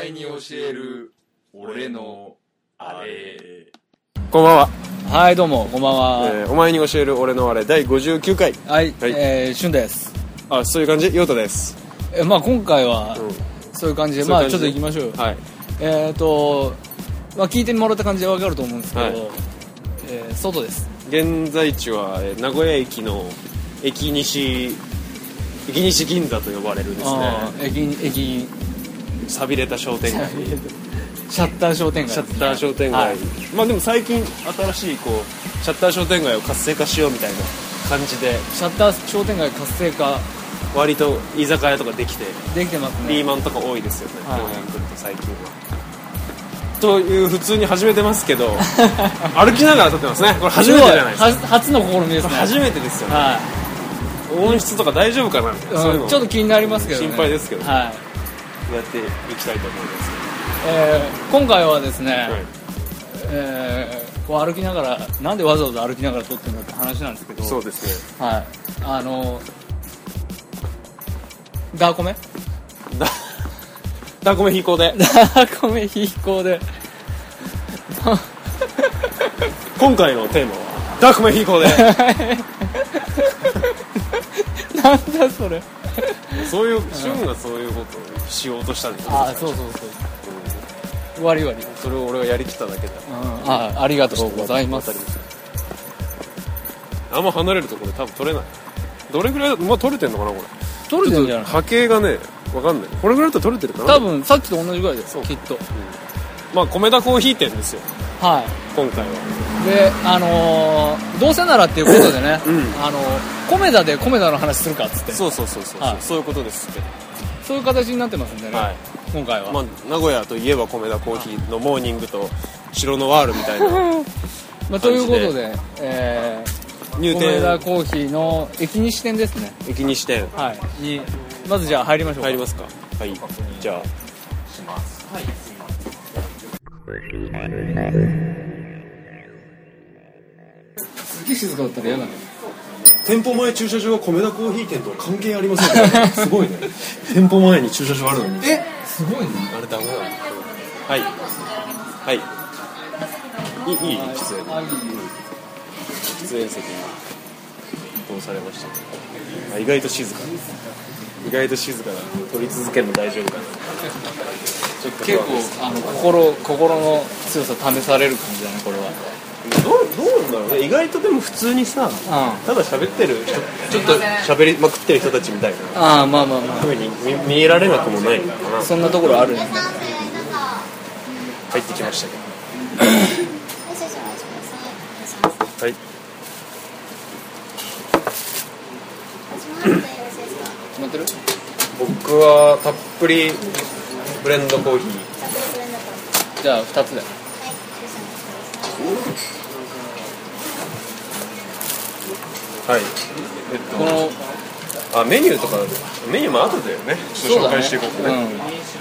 える俺のあれこんばんは、はいどうもこんばんは、えーお前に教える俺のあれ第59回はい、はいえー、しゅんですあそういう感じヨ太ですえまあ今回はうんそういう感じで、そうまいあう感ちじょっとで行きましょうよはいえっ、ー、とまあ聞いてもらった感じでわかると思うんですけど、はいえー外です現在地は、えー名古屋駅の駅西駅西銀座と呼ばれるんですねあー駅に駅に寂れた商店街シャッター商店街シャッター商店は街、いまあでも最近新しいこうシャッター商店街を活性化しようみたいな感じでシャッター商店街活性化割と居酒屋とかできてできてますねリーマンとか多いですよねはい去年来ると最近はという普通に始めてますけど歩きながら撮ってますねこれ初めてじゃないですかすか初の試みですね初めてですよねは音質とか大丈夫かなみたいい、なそういうのうんちょっと気になりますけど、ね、心配ですけどはいやっていきたいと思いますえー今回はですね、はいえーこう歩きながらなんでわざわざ歩きながら撮ってるんだって話なんですけどそうですねはいあのダーコメだ ダーコメ飛行で ダーコメ飛行で 今回のテーマはダーコメ飛行でなんだそれ そういう旬がそういうことをしようとしたんですよああそうそうそうわりわり、うん、それを俺がやりきっただけだあありがとうございますあんま離れるところで多分取れないどれぐらいだまあ取れてんのかなこれ撮れてるんじゃない波形がねわかんないこれぐらいだったら取れてるかな多分さっきと同じぐらいですきっとまあ米田コーヒー店ですよはい今回はであのーどうせならっていうことでね、うんあのーコメダでコメダの話するかっつってそうそうそうそうそうはいそういうことですけどいう形になってますんでね、はい今回は、まあ名古屋といえば米田コーヒーのモーニングと白のワールみたいなまあ、ということで、えー、入コメ店ダコーヒーの駅西店ですね、駅にしてはい、にまずじゃあ入りましょうか入りますかはいじゃあすっげえ静かだったら嫌だね店舗前駐車場は米田コーヒー店とは関係ありません からねすごいね店舗前に駐車場あるのにえすごいねあれダメだはいはいいいいい喫煙喫煙席に通されましたあ意外と静か意外と静かだ撮り続けるの大丈夫かなちょっと結構あの心心の強さ試される感じだねこれどうどうなんだろうね意外とでも普通にさはただ喋ってる人ちょっと喋りまくってる人たちみたいなうんああまあまあまあ風に見見えられなくもないのかなそんなところあるんですね入ってきましたけどはい乗ってる僕はたっぷりブレンドコーヒーじゃあ2つではい、えっこのと、あメニューとかメニューも後だよねちょっと紹介していこうかねうん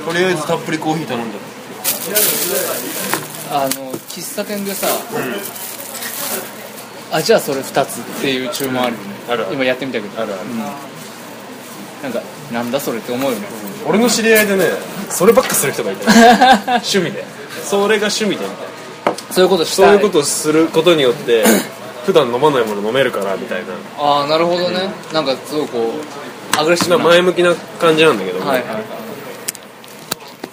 とりあえずたっぷりコーヒー頼んだあの喫茶店でさ、あじゃあそれ2つっていう注文あるよね、うんあるある今やってみたけどあるあるうんなんかなんだそれって思うよね、俺の知り合いでねそればっかする人がいて趣味でそれが趣味でみたいな そういうことしたそういいうことをすることによって 普段飲まないもの飲めるからみたいなああなるほどね、なんかすごいこうアグレッシブなな前向きな感じなんだけど、はいは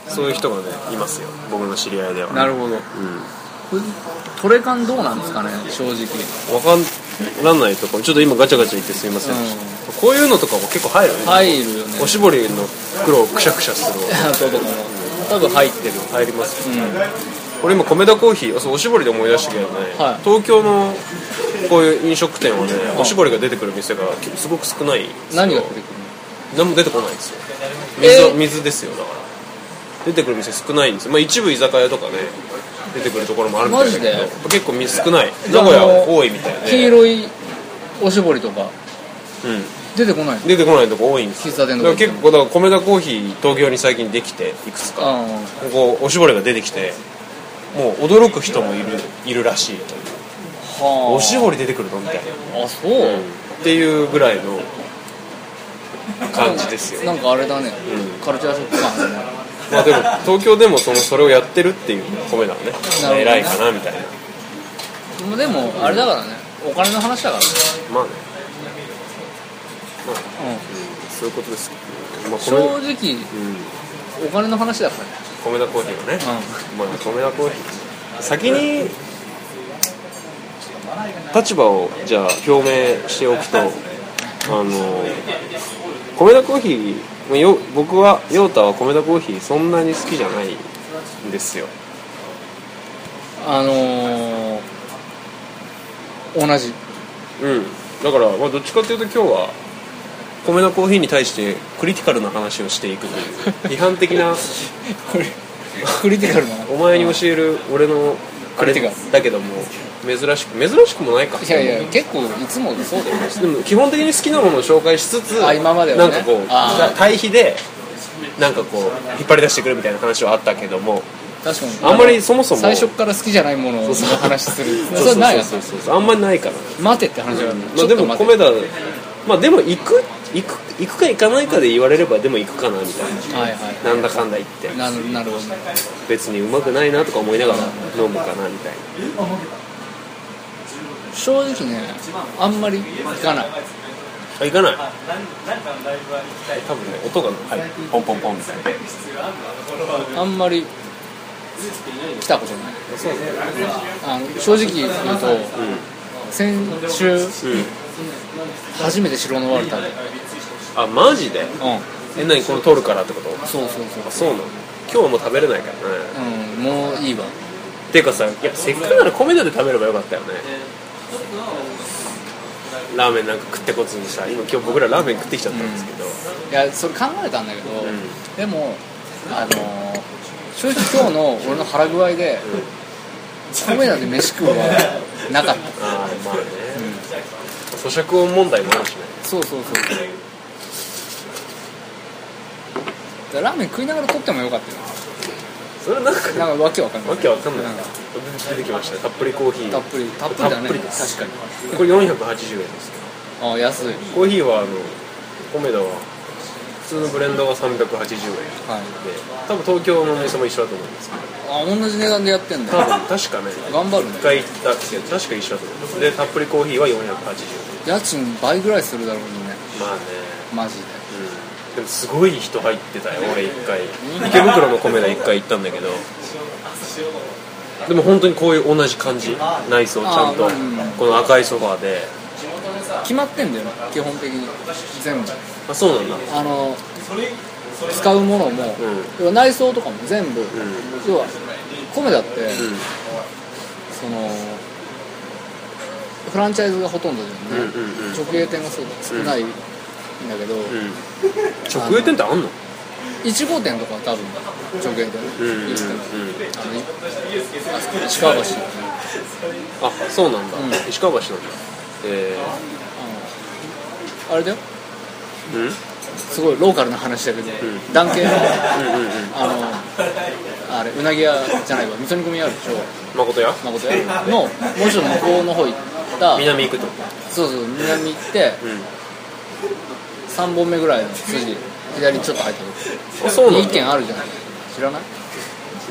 そういう人がねいますよ僕の知り合いではいなるほどうんこれトレ感どうなんですかね正直わからないとこちょっと今ガチャガチャ言ってすみません、うんこういうのとかも結構入るね、入るよねおしぼりの袋をくしゃくしゃするわそうとかも多分入ってる入りますうん俺今米田コーヒーあそうおしぼりで思い出したけどね、はい東京のこういう飲食店はねおしぼりが出てくる店がすごく少ない何が出てくる何も出てこないんですよ水,、えー水ですよだから出てくる店少ないんですよ、まあ、一部居酒屋とかね出てくるところもあるみたいだけマどジ結構水少ないじゃ名あ古屋あはの多いみたい黄で、色いおしぼりとかうん、出てこないの出てこないとこ多いんですよ喫茶店だとかから結構だから米田コーヒー東京に最近できていくつかあこうおしぼりが出てきてもう驚く人もいるいるらしいあはあおしぼり出てくるのみたいな、あそう、っていうぐらいの感じですよなんかあれだね、うカルチャーショック感あるねまあでも東京でもそのそれをやってるっていう米なのねほどね偉いかなみたいなもでもあれだからねお金の話だからねまあねうそういうことですまあん米正の直うんお金の話だから米ね田コーヒーがねうまあ米田コーヒー先に立場をじゃあ表明しておくとあの米田コーヒーまあよ僕は陽太は米田コーヒーそんなに好きじゃないんですよあのー、同じうんだから、まあ、どっちかというと今日は米のコーヒーに対してクリティカルな話をしていくという批判的なクリクリティカルなお前に教える俺のあれクリティカだけども珍しく珍しくもないかいやいや結構いつもそうだよねでも基本的に好きなものを紹介しつつあ今まではねなんかこうあー対比でなんかこう引っ張り出してくるみたいな話はあったけども確かにあんまりそもそも最初から好きじゃないものの話するそれないよねそうそうそうそうあんまりないから待てって話があるまちあ、ょっでとも待米て田まあでも行く行く行くか行かないかで言われればでも行くかなみたいなはいはいなんだかんだ言ってなるなるほど別にうまくないなとか思いながら飲むかなみたい正直ねあんまり行かないなあ行かない多分ね音が、はい、ポンポンポンみたいなあんまり来たことないそうねあの正直言うとうん先週うん初めて白のワルタであマジでうんえ何この取るからってことそうそうあそうなの今日はもう食べれないからねそううんもういいわていうかさいやせっかくなら米田で食べればよかったよねラーメンなんか食ってこつにさ今今日僕らラーメン食ってきちゃったんですけど、いやそれ考えたんだけど、んでもあのー正直今日の俺の腹具合で米田で飯食うのはなかったああまあね、咀嚼音問題もあるしねそうそうそうだからラーメン食いながら撮ってもよかったよそれなんかなんかわけわかんないわけわかんないんか出てきましたねたっぷりコーヒーたっぷりたっぷりだたねっぷりです確かこれ480円ですけにあ安いどコーヒーはあの米田は普通のブレンドは380円ではい多分東京のお店も一緒だと思うんですけどあ同じ値段でやってんだ多分確かね頑張る一ね回行ったけど確か一緒だと思いますでたっぷりコーヒーは480円家賃倍ぐらいするだろうにねまあねマジでうんでもすごい人入ってたよ俺一回池袋の米田一回行ったんだけどでも本当にこういう同じ感じ内装ちゃんとあうんこの赤いソファーで決まってんだよね基本的に全部あそうなんだあの使うものも、ん要は内装とかも全部、要は米だって、うそのフランチャイズがほとんどだよね、んうんうんうん直営店がそう少ないんだけど、うん直営店ってあんの1号店とかは多分直営店、うんうんうんあのいあ石川橋あそうなんだ、うん石川橋なんだえあのあれだよー、うんすごいローカルな話だけど、ん男系のうんうんうんあのあれうなぎ屋じゃないわ味噌煮込み屋あるでしょ誠や誠屋のもうちょっと向こうの方行った南行くとこそうそう南行ってうん3本目ぐらいの筋左ちょっと入ったあそうとこなん2だ軒あるじゃない知らない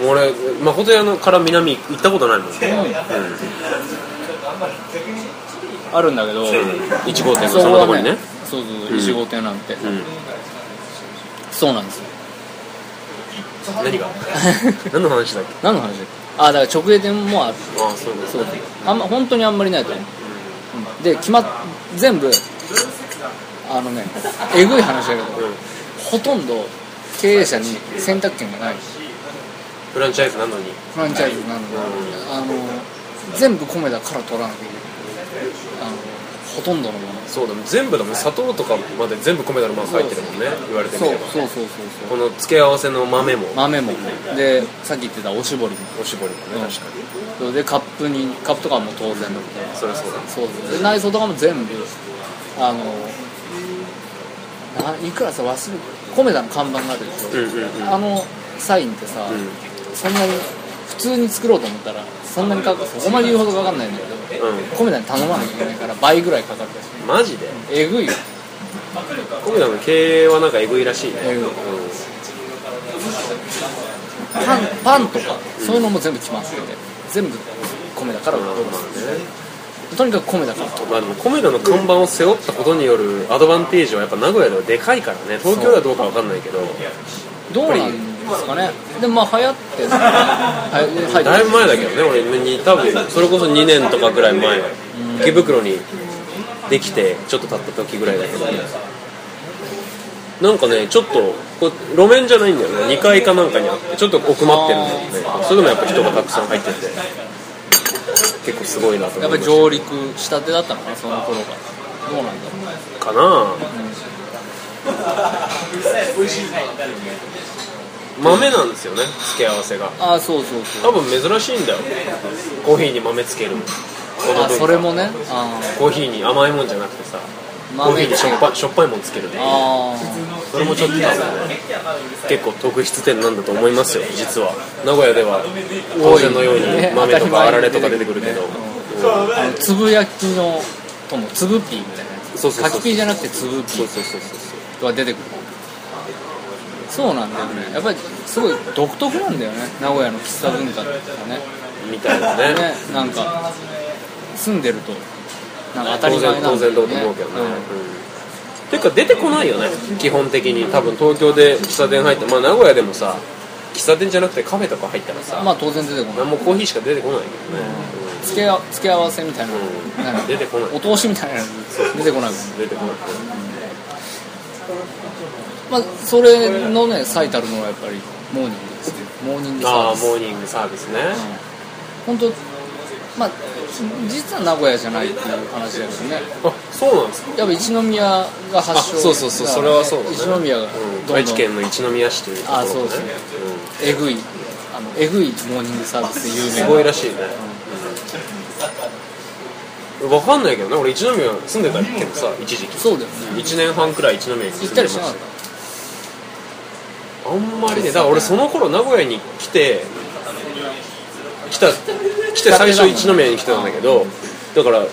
俺誠屋のから南行ったことないもん、うん、あるんだけど1号店のそそこのとこはにねねそうそううそんう1号店なんて、うんそうなんですよ 何が何の話だっけ何の話あだから直営店もあってああそういうことそうあんま本当にあんまりないと思う、うんで決まっ全部あのねえぐい話だけど、うんほとんど経営者に選択権がないフランチャイズなのにフランチャイズなので、あの全部米だから取らなきゃいけないあのほとんどのものそうだもん全部だもん砂糖とかまで全部米だのマーク入ってるもんね言われてみそうればそうそうそうこその付け合わせの豆もう豆もでさっき言ってたおしぼりもおしぼりもねうん確かそうでカップにカップとかも当然だったにそりゃそうだそうそうで内装とかも全部あのないくらさ忘れ米田の看板があるでしうんうんうんょ、あのサインってさ、そんなに普通に作ろうと思ったらそんなにかかそこまで言うほどかかんないんだけど、うん米田に頼まなきゃいけないから倍ぐらいかかるらしいマジでえぐいよ米田の経営はなんかエグいらしいねエグいうんパンパンとかそういうのも全部決まってて全部米だからとにかく米だからまあ、でもコメダの看板を背負ったことによるアドバンテージはやっぱ名古屋ではでかいからね東京ではどうかわかんないけどどうなんですかねでもまあ流行って るんですよねはいはいだいぶ前だけどね俺に多分それこそ2年とかぐらい前池袋にできてちょっと経った時ぐらいだけどなんかねちょっとこう路面じゃないんだよね2階かなんかにあってちょっと奥まってるんだよねそれでもやっぱ人がたくさん入ってて結構すごいなとや思っぱいりまし上陸したてだったのかなその頃がどうなんだろたうかな豆なんですよね付け合わせがああそうそうそう多分珍しいんだよコーヒーに豆つけるのこの文あ化それもねあコーヒーに甘いもんじゃなくてさーコーヒーにしょっぱあ いしょっぱいもんつけるっていうあそれもちょっと多分ね結構特筆点なんだと思い ますよ実は名古屋では当然のようねに豆と当たり前かにあられとか出てくるけどーあのつぶ焼きのともつぶピーみたいなやつそうそうそうかきピーじゃなくてつぶピそうーそうそうそうが出てくるそうなんだよねやっぱりすごい独特なんだよね名古屋の喫茶文化っていうかねみたいなねねなんか住んでるとなんか当た当り前然な当んだよ然ねだと思うけどね、うんていうか出てこないよね基本的に多分東京で喫茶店入ってまあ名古屋でもさ喫茶店じゃなくてカフェとか入ったらうんさまあ当然出てこない何もコーヒーしか出てこないけどね、付けあ付け合わせみたいな,、うんなんか出てこないお通しみたいなの出てこないもんね出てこないまあ、それのね最たるものはやっぱりモーニングですねモーニングサあーあビモスーニングサービスね、本当まあ実は名古屋じゃないっていう話だけどねあそうなんですか、やっぱ一宮が発祥あそうそうそうだそかられはそうだね一宮がどうんんどん愛知県の一宮市というところあそうねですねえぐいあのえぐいモーニングサービスでうん有す名ごいらしいね、うんわかんないけどね俺一宮住んでたけどさ一時期そうだよね1年半くらい一宮に住ん行っでたまりししたなかったあんまりねだから俺その頃名古屋に来て来た来て最初一宮に来てたんだけどだから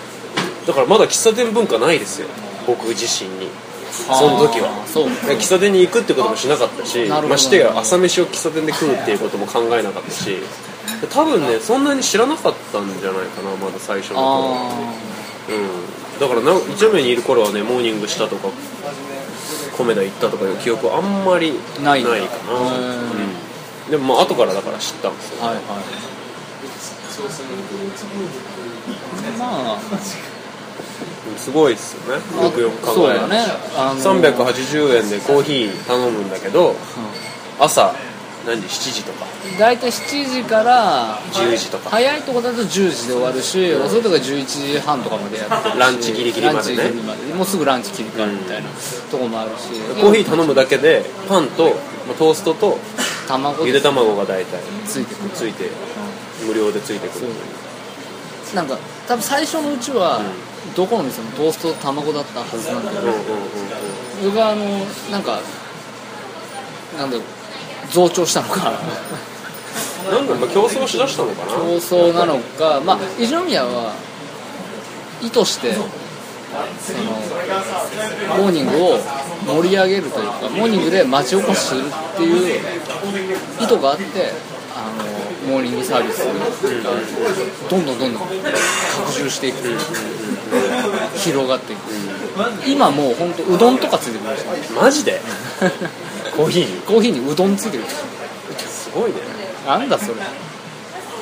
だからまだ喫茶店文化ないですよ僕自身にその時はあーそう喫茶店に行くってこともしなかったしなるほどましてや朝飯を喫茶店で食うっていうことも考えなかったし多分ねそんなに知らなかったんじゃないかなまだ最初の頃はあうん、だからな一目にいる頃はねモーニングしたとか米田行ったとかいう記憶はあんまりあなないいんだかなへーうん、でもまあ後からだから知ったんですよはいはいまあすごいですよねあよくよく考そうえだる、ねあの380円でコーヒー頼むんだけど、朝何時7時とか大体7時から10時とか早いとこだと10時で終わるし遅いとこは11時半とかまでやってるしランチギリギリまでねランチギリまでもうすぐランチ切り替わるみたいなとこもあるしコーヒー頼むだけでパンとまあトーストと卵ゆで卵が大体ついてくるついて無料でついてくるなんか多分最初のうちは、どこの店もトーストと卵だったはずなんだけうんうんうどんうん僕はあのなんかなんだろう増長したのかなんかやっぱ競争しだしたのかな放送なのか、まあ、一宮は意図してそのモーニングを盛り上げるというかモーニングで町おこしするっていう意図があってあのモーニングサービスがどんどんどんどん拡充していく広がっていく今もう本当うどんとかついてくるんですよマジでコーヒーコーヒーにうどんついてくるすごいねなんだそれ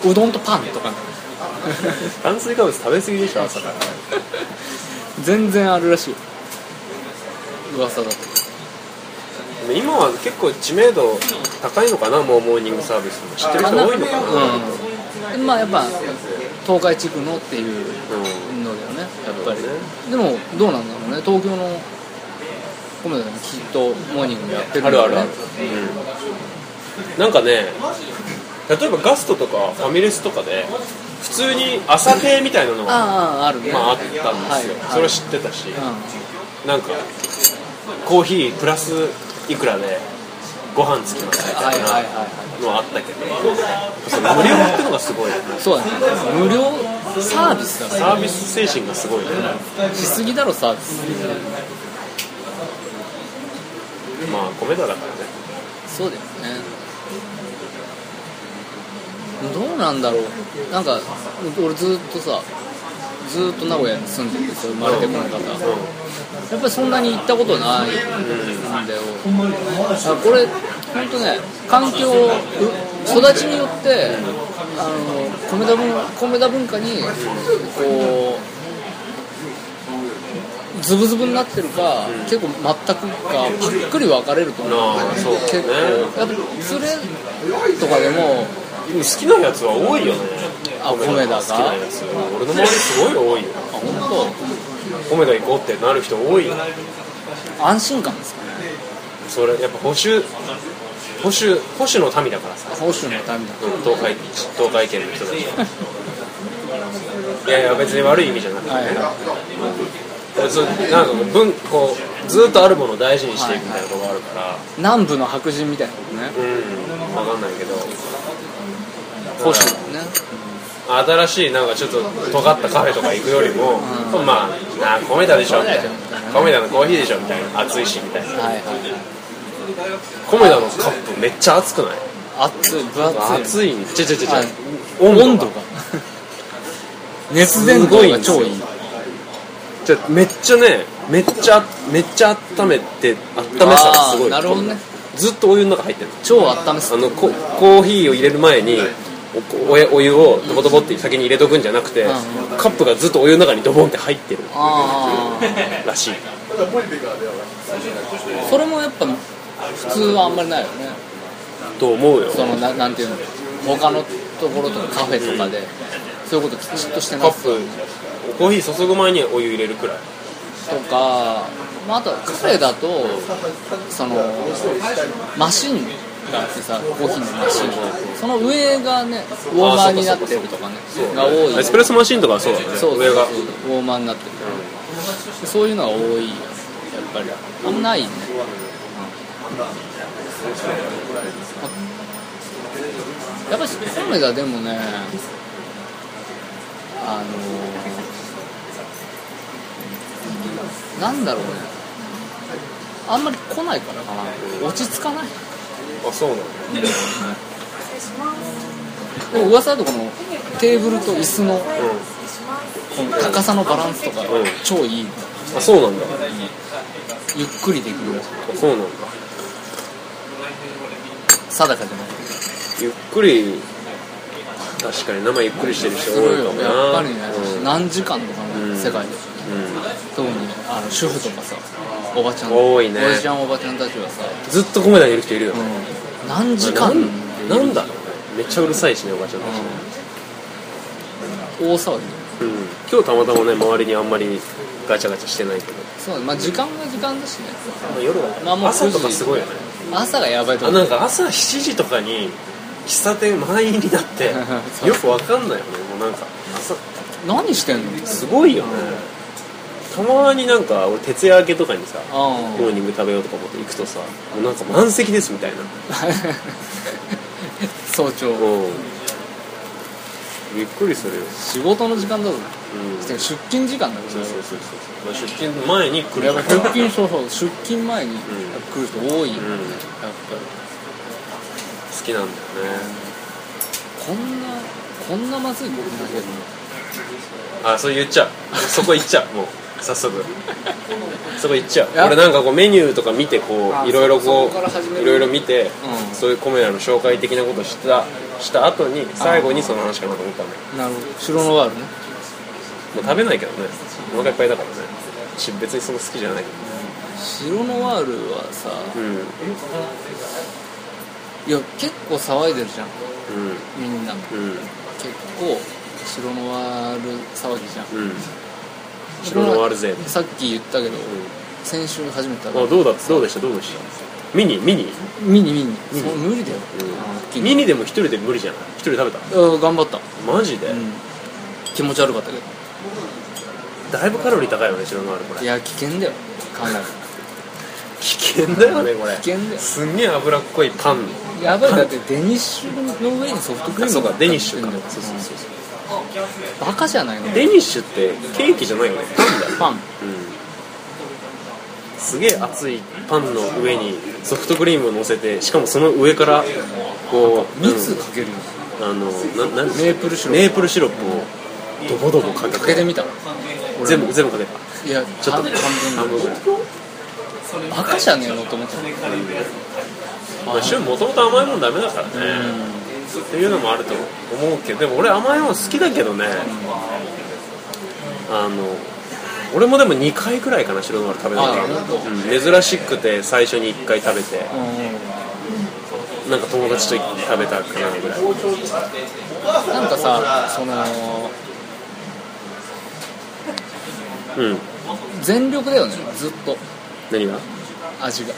うどんとパンとか炭水化物食べ過ぎでしょ朝から全然あるらしいよ噂だとで今は結構知名度高いのかなもうモーニングサービスも知ってる人多いのかなうんまあやっぱ東海地区のっていううんのだよねやっぱそうだねりでもどうなんだろうね東京のコメダでもきっとモーニングやってるんあだるあよるねある、うん、なんかね例えばガストとかファミレスとかで普通に朝定みたいなのがあああるねまああったんですよ、はいそれは知ってたし、うんなんかコーヒープラスいくらでご飯つきますみたはいいはいなはいはのはあったけどその無料ってのがすごいよねいそうだね無料サービスだからサービス精神がすごいねしすぎだろサービスまあ米田だからねそうだよねどうなんだろうなんか俺ずっとさずっと名古屋に住んでるんですよ生まれてこの方、やっぱりそんなに行ったことないんだよ、あこれ本当ね環境う育ちによってあの米田文米田文化にこうズブズブになってるか、結構全くかぱっくり分かれると思うんだよあーそうね結構やっぱ連れとかでもでも好きなやつは多いよねあ米田が好きなやつ俺の周りすごい多いよあ本米田行こうってなる人多いよ当安心感ですかねそれやっぱ保守保守保守の民だからさ保守のためだうん東海東海圏の人たちいやいや別に悪い意味じゃなくて、はいはい別になんか文こうずっとあるものを大事にしていくみたいなとこあるから、南部の白人みたいなことねうん分かんないけど保守だよね新しいなんかちょっと尖ったカフェとか行くよりも、まああ米田でしょみたいな米田のコーヒーでしょみたいな熱いしみたいなはいはい米田のカップめっちゃ熱くない熱い分厚い熱いんちょちょちょちょはい温温度が度が熱伝導が超いいじゃあめっちゃねめっちゃめっちゃ温めて温めさがすごいあーなるほどねずっとお湯の中入ってる超温めすあのココーヒーを入れる前におこおやお湯をドボドボって先に入れとくんじゃなくて、んカップがずっとお湯の中にドボンって入ってるあらしいあそれもやっぱ普通はあんまりないよねと思うよそのななんていうの他のところとかカフェとかでそういうこときちっとしてカますップコーヒー注ぐ前にお湯入れるくらいとか、まあ、あとはカフェだとそのマシンがあってさコーヒーのマシンその上がねウォーマーになってるとかねが多いエスプレッソマシンとかはそうだねそう上がそうそうウォーマーになってるそういうのが多いやっぱりあんまないねあやっぱりコメダでもねあのー、なんだろうねあんまり来ないからかな落ち着かないあそうなのでも噂だとこのテーブルと椅子のうこの高さのバランスとかうん超いいんあそうなんだゆっくりできるあそうなんだ定かじゃないゆっくり確かに生ゆっくりしてる人す多ごいいかよもなやっぱりね、うん何時間とかの、うん世界で特にあの主婦とかさおばちゃん多いねおじちゃんおばちゃんたちはさ、うんずっと米田にいる人いるよねうん、何時間なんなんだろうねめっちゃうるさいしねおばちゃんたちねうん大騒ぎうん今日たまたまね周りにあんまりガチャガチャしてないけどそうまあ時間が時間だしね夜だまあもう朝9とか時すごいよね朝がやばいとあ思なうんか朝7時とかに喫茶店満員になって そうよくわかんないよねもうなんか朝何してんのすごいよねたまになんか俺徹夜明けとかにさあモーニング食べようとか思って行くとさもうなんか満席ですみたいなあ早朝うんびっくりするよ仕事の時間だぞうん出勤時間だぞそうそうそうそうまあ出勤前に来やるかっぱら出勤そうそう出勤前に来る人多いようんね、やっぱり好きなんだよねこんなこんなまずいことないけどあそう言っちゃうそこ行っちゃうもう早速そこ行っちゃういや俺なんかこうメニューとか見てこあういろいろこそこから始めういるろいろ見て、うんそういうコメダの紹介的なことをしたした後に最後にその話かなと思ったのよなるほど白のワールねもう食べないけどねお腹いっぱいだからねし別にその好きじゃないけ白のワールはさどうんうんいや結構騒いでるじゃんみんなうん結構白のワール騒ぎじゃんうん白のワール勢さっき言ったけど先週初めて食べあどうだどうでしたどうでしたミニミニ、たミニミニそう無理だよミニでも一人で無理じゃない一人で食べたうん頑張ったマジで、うん気持ち悪かったけどだいぶカロリー高いよね白のワールこれいや危険だよかなり危険だよねこれ危険だよすんげえ脂っこいパンやばいだってデニッシュの上にソフトクリームそうかデニッシュ乗かっかってそんうだそうよそうそうバカじゃないのデニッシュってケーキじゃないよねパンだよパンうんすげえ熱いパンの上にソフトクリームを乗せてしかもその上からこう蜜うんかけるよ、あのななんメープルシロッメープルシロップをドボドボかけプかけててみたの全部全部かけたいやちょっと半半半分分ぐぐららいいバカじゃねえのと思ってたまあ旬もともと甘いもんダメだからねっていうのもあると思うけどでも俺甘いもん好きだけどねあの俺もでも2回くらいかな白ノ丸食べたのあうん珍しくて最初に1回食べてなんか友達と食べたかなぐらいなんかさそのうん全力だよねずっと何が味が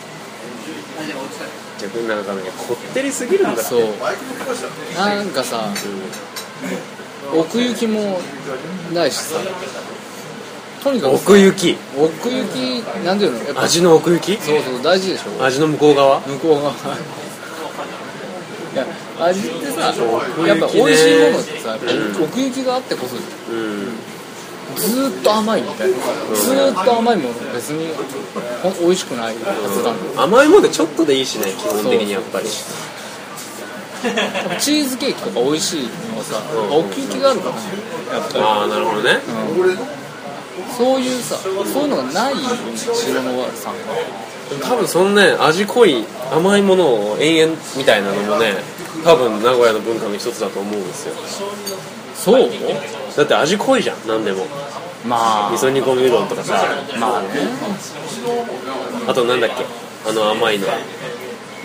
逆になんかねこってりすぎるんだってそうなんかさ奥行きもないしさとにかうんく奥行き奥行きなんていうのやっぱ味の奥行きそうそう大事でしょ味の向こう側向こう側いや味ってさそうやっぱ奥行きね美味しいものってさやっぱうん奥行きがあってこそうんずーっと甘いみたいなずーっと甘いもの別にほん美味しくないはずなんだよ甘いもんでちょっとでいいしね基本的にやっぱりやっぱチーズケーキとか美味しいのはさうん奥行きがあるからねやっぱりああなるほどねそういうさ、そういうのがない白のワールさんが。多分そのね味濃い甘いものを延々みたいなのもね多分名古屋の文化の一つだと思うんですよそうだって味濃いじゃん何でもま味噌煮込みうどんとかさあ、まあね。あとなんだっけあの甘いの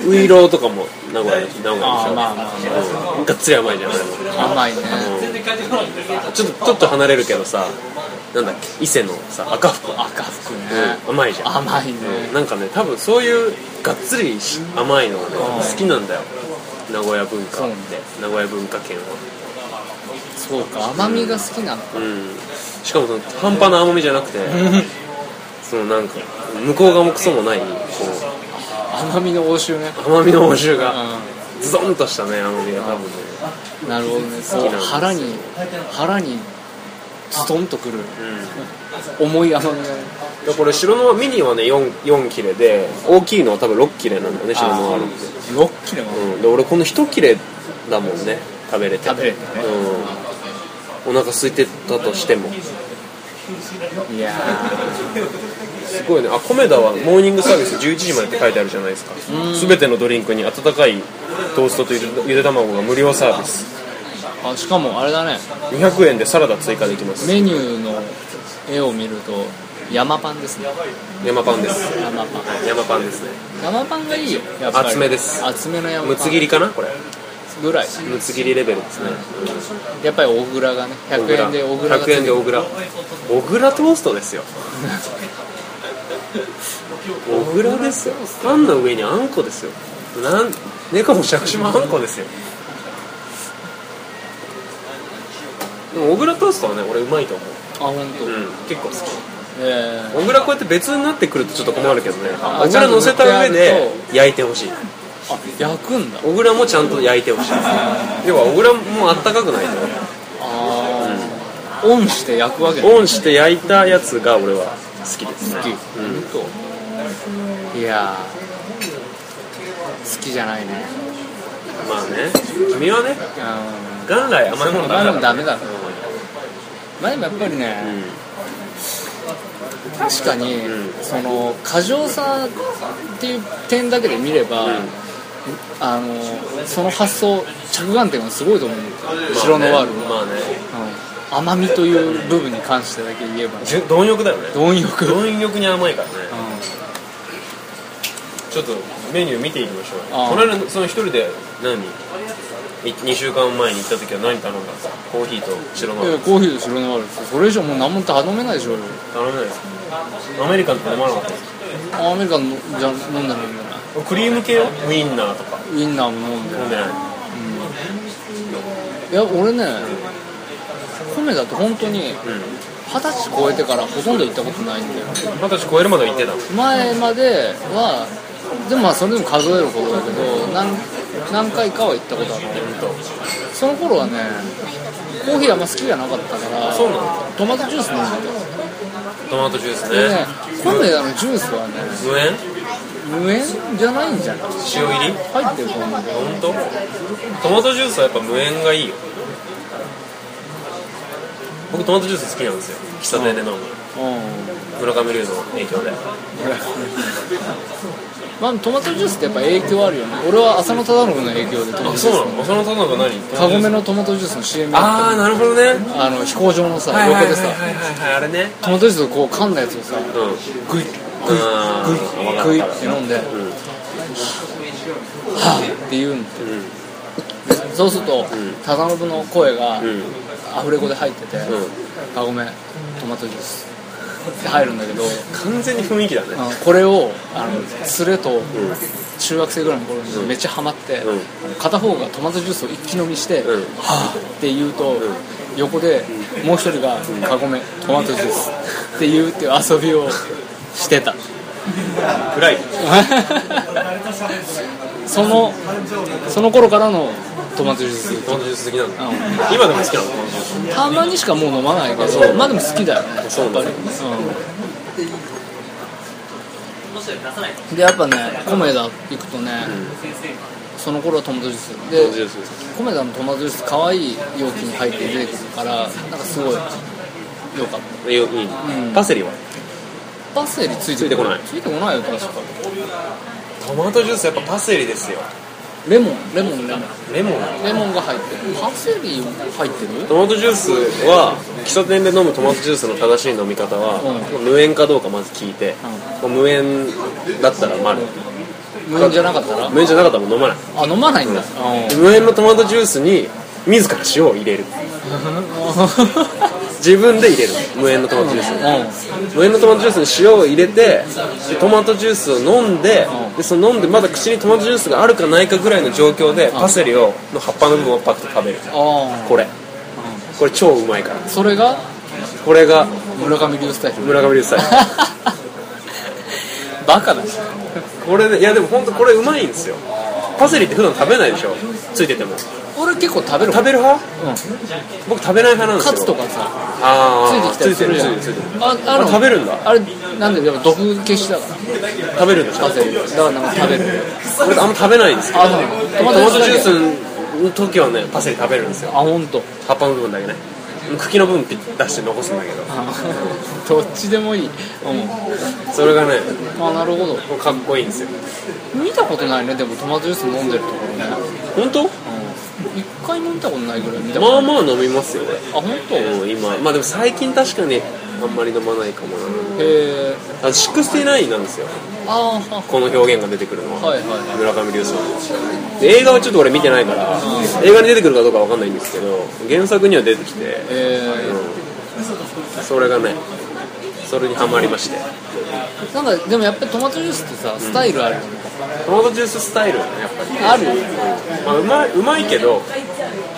ウイローとかも名古屋の名古屋でしょあーまあまうんがっつり甘いじゃんあれも甘いね。ちょっとちょっと離れるけどさなんだっけ伊勢のさ赤福赤服ね。甘いじゃん甘いね。なんかね多分そういうがっつりし甘いのがね好きなんだよ名古屋文化そうね名古屋文化圏はそうか、甘みが好きなの。うんしかもその半端な甘みじゃなくてそのなんか向こう側もクソもないこ甘みの応酬ね。う甘みの応酬がうズドンとしたね甘みが多分ねん。なるほどね。こう好きなんです腹に、腹に、ズドンとくる。うん重い甘みがね。でこれ白のミニはね 4, 4切れで大きいのは多分6切れなんだよね白のあるってロッキーなもうん、で俺この一切れだもんね食べれて食べれてねうん、お腹空いてたとしてもん。いやすごいねあコメダはモーニングサービス11時までって書いてあるじゃないですか全てのドリンクに温かいトーストとゆでゆで卵が無料サービスーあ、しかもあれだね。 200円でサラダ追加できますメニューの絵を見ると、山パンですね。山パンです山パン。山パンですね生パンがいいよやっぱり厚めです厚めの山パむンつ切りかなこれぐらいむつ切りレベルですねやっぱり小倉がね100円で小倉が100円で小倉小倉トーストですよ小倉ですよパンの上にあんこですよなん猫も尺子もあんこですよでも小倉トーストはね俺うまいと思う、あ本当。うん、結構好きえ小倉こうやって別になってくるとちょっと困るけどねあ小倉乗せた上で焼いてほしいー、あ焼くんだ小倉もちゃんと焼いてほし い要は小倉もあったかく ないとあー、オンして焼くわけねオンして焼いたやつが俺は好きですね好きうん本当いやー好きじゃないねまあね君はね うん元来甘いもの甘ダいメだものかダらメだまあでもやっぱりね、確かに、うその過剰さっていう点だけで見れば、んあのその発想着眼点はすごいと思う白のワールド、まあねうん甘みという部分に関してだけ言えばじゅ貪欲だよね貪欲、うん、貪欲に甘いからねちょっとメニュー見ていきましょうああこの間その一人で何い2週間前に行った時は何頼んだんですかコーヒーと白いのやコーヒーと白のワールドそれ以上もう何も頼めないでしょうよ頼めないですアメリカンと飲まなかったですアメリカンのじゃ飲んだら飲んだらクリーム系はウインナーとかウインナーも飲んで飲んでないいや俺ねコメダって本当にうん二十歳超えてからほとんど行ったことないんだよ二十歳超えるまでは行ってた前まではでもまあそれでも数えることだけど何何回かは行ったことあってその頃はねコーヒーあんま好きじゃなかったからそうなんだトマトジュース飲んでたトマトジュースでねねコメダのジュースはね無塩無無塩じゃないんじゃない塩入り入ってると思うけど本当トマトジュースはやっぱ無塩がいいよ僕トマトジュース好きなんですよ喫茶店で飲む村上龍の影響でまあトマトジュースってやっぱ影響あるよね俺は浅野忠信の影響でトマあトジそュうーなの浅野さんなんか何スカゴメのトマトジュースの CM やああなるほどねってるあの飛行場のさはいはいはい横はいでさはいあれねトマトジュースをこう噛んだやつをさうんグイグイッグイグイって飲んではうんぁって言うんだでそうすると忠信の声がうんアフレコで入っててうんうん「カゴメトマトジュース」って入るんだけど完全に雰囲気だねあのこれをあのすれと中学生ぐらいの頃にめっちゃハマって、うん片方がトマトジュースを一気飲みして、うんはぁって言うと、横でもう一人が「カゴメトマトジュース」って言うっていう遊びをしてた暗い そのその頃からのトマトジューストマトジュース好きなんだうん今でも好きなのトマトジュースたまにしかもう飲まないけどまあでも好きだよねやっそうぱだりねうんでやっぱねコメダ行くとね、その頃はトマトジュースでトマトジュースコメダのトマトジュース可愛い容器に入って出てくるからなんかすごいよかったえいいんパセリはパセリついつていてこないついてこないよ確かトマトジュースやっぱパセリですよレモンレモンレモンレモンレモンが入ってるパセリ入ってるトマトジュースは喫茶店で飲むトマトジュースの正しい飲み方は、無塩かどうかまず聞いて、無塩だったら丸、無塩じゃなかったら無塩じゃなかったらもう飲まない、あ飲まないんだ、うん無塩のトマトジュースに自ら塩を入れる自分で入れる無塩のトマトジュースに、無塩のトマトジュースに塩を入れてでトマトジュースを飲んで,、でその飲んでまだ口にトマトジュースがあるかないかぐらいの状況でパセリをの葉っぱの部分をパッと食べるあこれこれ超うまいからあそれがこれが村上龍スタイル村上龍さん バカだこれねいやでも本当これうまいんですよパセリって普段食べないでしょついてても俺結構食べる食べる派僕食べない派なんですよカツとかさつあいてーきたりするじゃんついてるついてるついてるあああ食べるんだあれなんででも毒消しだから食べるんでしょパセリだからなんか食べる俺あんま食べないんですよあそうトマトジューだけスの時はねパセリ食べるんですよあ本 当。葉っぱの部分だけね茎の部分って出して残すんだけどどっちでもいいうんそれがねあなるほどかっこいいんですよ見たことないねでもトマトジュース飲んでるところね本当うん一回飲んだことないぐらい見たことまあまあ飲みますよねあ本当。へうん今まあでも最近確かにあんまり飲まないかもなえあ69なんですよあーこの表現が出てくるのは、はいはいはい村上龍さんで映画はちょっと俺見てないから、映画に出てくるかどうかわかんないんですけど原作には出てきて、えうんそれがねそれにハマりましてー、なんかでもやっぱりトマトジュースってさスタイルあるよね、トマトジューススタイルはねやっぱり、あるよねまあ、うまいうまいけど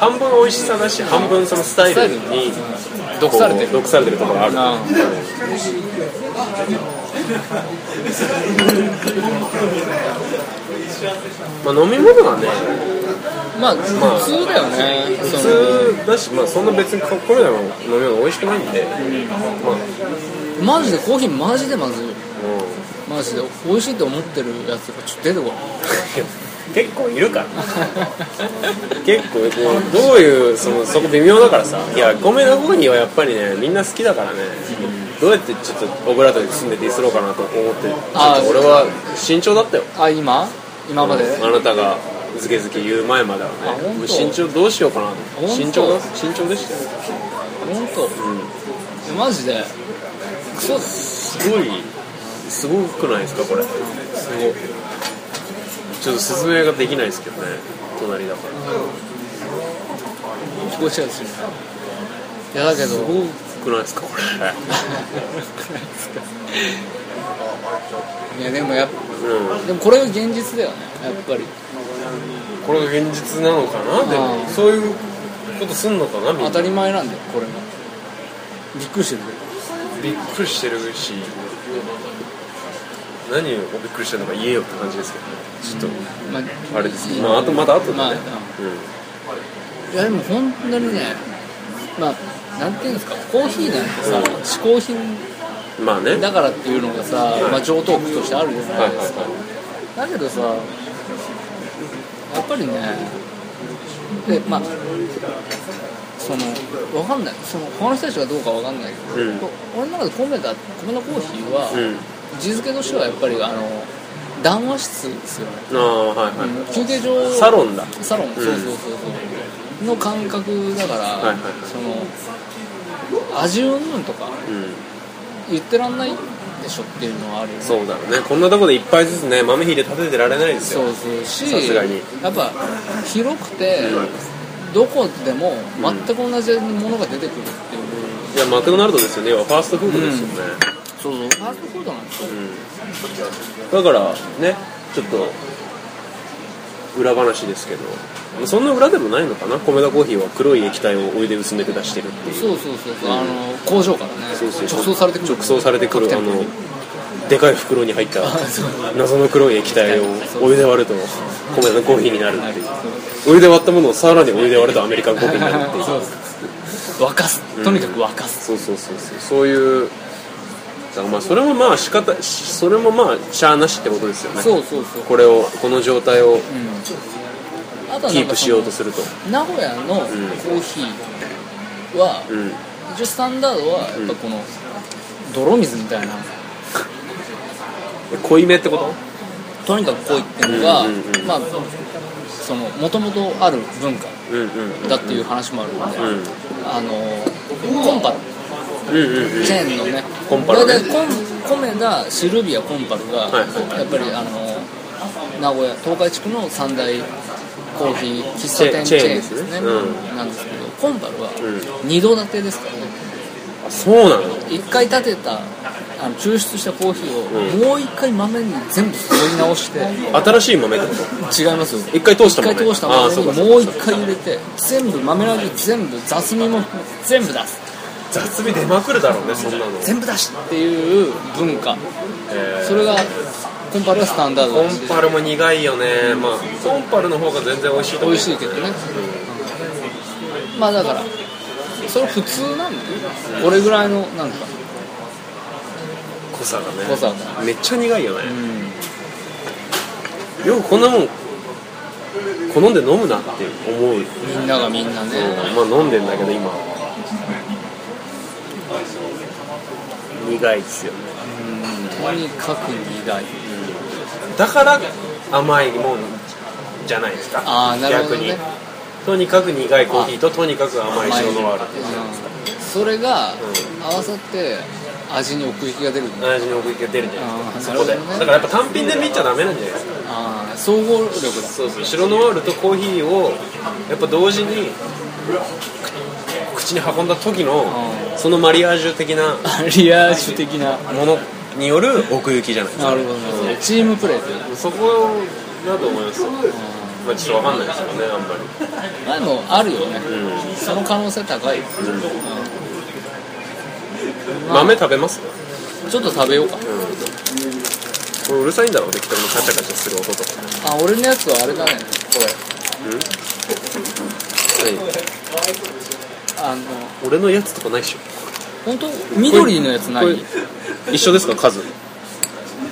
半分美味しさだし半分そのスタイルに毒されてる毒されてるところあるあまあ、飲み物がねまあ普通だよね普その通だし、まあ、そんな別にここれらの飲み物美味しくないんで、まあマジでコーヒーマジでまずいようんマジで美味しいと思ってるやつがちょっと出てこない結構いるから 結構こうどういうそのそこ微妙だからさいやごめんな方にはやっぱりねみんな好きだからね、どうやってちょっとオブラートに包んでディスろうかなと思ってあちーょっと俺は慎重だったよあ今今まで、あなたがズケズケ言う前まではねあ本当もう慎重どうしようかなと本当慎重だ慎重でしたよ本当、マジでクソだよすごいすごくないですかこれすごいちょっと説明ができないですけどね隣だから聞こえちゃうしねいやだけどすごくないですかこ れいやでもやっうんでもこれが現実だよねやっぱりこれが現実なのかなでうもんそういうことすんのかなみんな当たり前なんだよこれもびっくりしてるびっくりしてるし何をびっくりしてるのか言えよって感じですけどねちょっまとあれですけどまああとまた後でね、まあうんいやでも本当にねまあなんていうんですかコーヒーなんてさ嗜好品まあねだからっていうのがさ、まあ、上等句としてあるじゃないですか、はいだけどさやっぱりねでまあそのわかんないその他の人たちがどうかわかんないけど、うんこ俺の中でコメダ米のコーヒーは、うん位置づけとしてはやっぱりあの談話室ですよね、ああはいは休憩所いサロンだサロン、そうそうそうそうの感覚だから、いはいその味うんぬんとかうん言ってらんないでしょっていうのはあるよねそうだろうねこんなとこで一杯ずつね豆火で立ててられないですよそうそうしさすがにやっぱ広くて、どこでも全く同じものが出てくるっていう、いやマクドナルドですよね要はファーストフードですよね、そうそうファーストフードなんですよだからねちょっと裏話ですけどそんな裏でもないのかな米田コーヒーは黒い液体をお湯で薄めて出してるっていうそうそうそうそう、あの工場からねそうそう直送されてくる直送されてくる各あ店舗のにでかい袋に入 った謎の黒い液体をお湯で割ると米田のコーヒーになるっていうお湯で割ったものをさらにお湯で割るとアメリカンコーヒーになるっていう そう沸かすとにかく沸かす、そうそうそうそうそういうだからまあそれもまあ仕方しそれもまあしゃあなしってことですよねそうそうそうこれをこの状態をあとはキなーんかプそしのようとすると名古屋のコーヒーは、うん一応スタンダードはやっぱこの泥水みたいな濃いめってこととにかく濃いっていうのが、うんうんうんまあそのもともとある文化うんうんうんだっていう話もあるので、うんあのコンパルうんうんうんチェーンのねコンパルね大体コンコメダシルビアコンパルが、はいはいはいやっぱりあの名古屋東海地区の三大コーヒー喫茶店チチェーェンーンですねチェーンですねうなんですけどコンパルはう二度建てですからねあそうなの一回建てたあの抽出したコーヒーうをもう一回豆に全部注ぎ直して、新しい豆ってこ違いますよと一回通し一た豆回通したああ豆そうにかもう一回入れて全部豆の味全部雑味も全部出す雑味出まくるだろうねそんなの全部出しっていう文化えーそれがコンパルがスタンダードコだしンパルも苦いよねまあコンパルの方が全然美味しいと美思う味しいけどねまあだからそれ普通なんだよ俺ぐらいのなんか濃さがね濃さがめっちゃ苦いよねよくこんなもん好んで飲むなって思うみんながみんなねまあ飲んでんだけど今苦いっすよねとにかく苦いだから甘いもんじゃないですかああなるほど逆ねにとにかく苦いコーヒーととにかく甘い甘い白ノワールうんそれが合わさって味に奥行きが出るんだ味の奥行きが出るじゃないですかあそこーでなるほだどねからやっぱ単品で見ちゃダメなんじゃないですかああ総合力だそうそう白ノワールとコーヒーをやっぱ同時にく口に運んだ時のうそのマリアージュ的な リアージュ的なものによる奥行きじゃないですなるほどなるほどチームプレーってかそこだと思いますよまあちょっとわかんないですよねあんまりまあでもあるよねうその可能性高いん豆食べますちょっと食べようかこれうるさいんだろうねきっとこのカチャカチャする音とかあ俺のやつはあれだねこれあの俺のやつとかないっしょ本当緑のやつないこれ一緒ですか数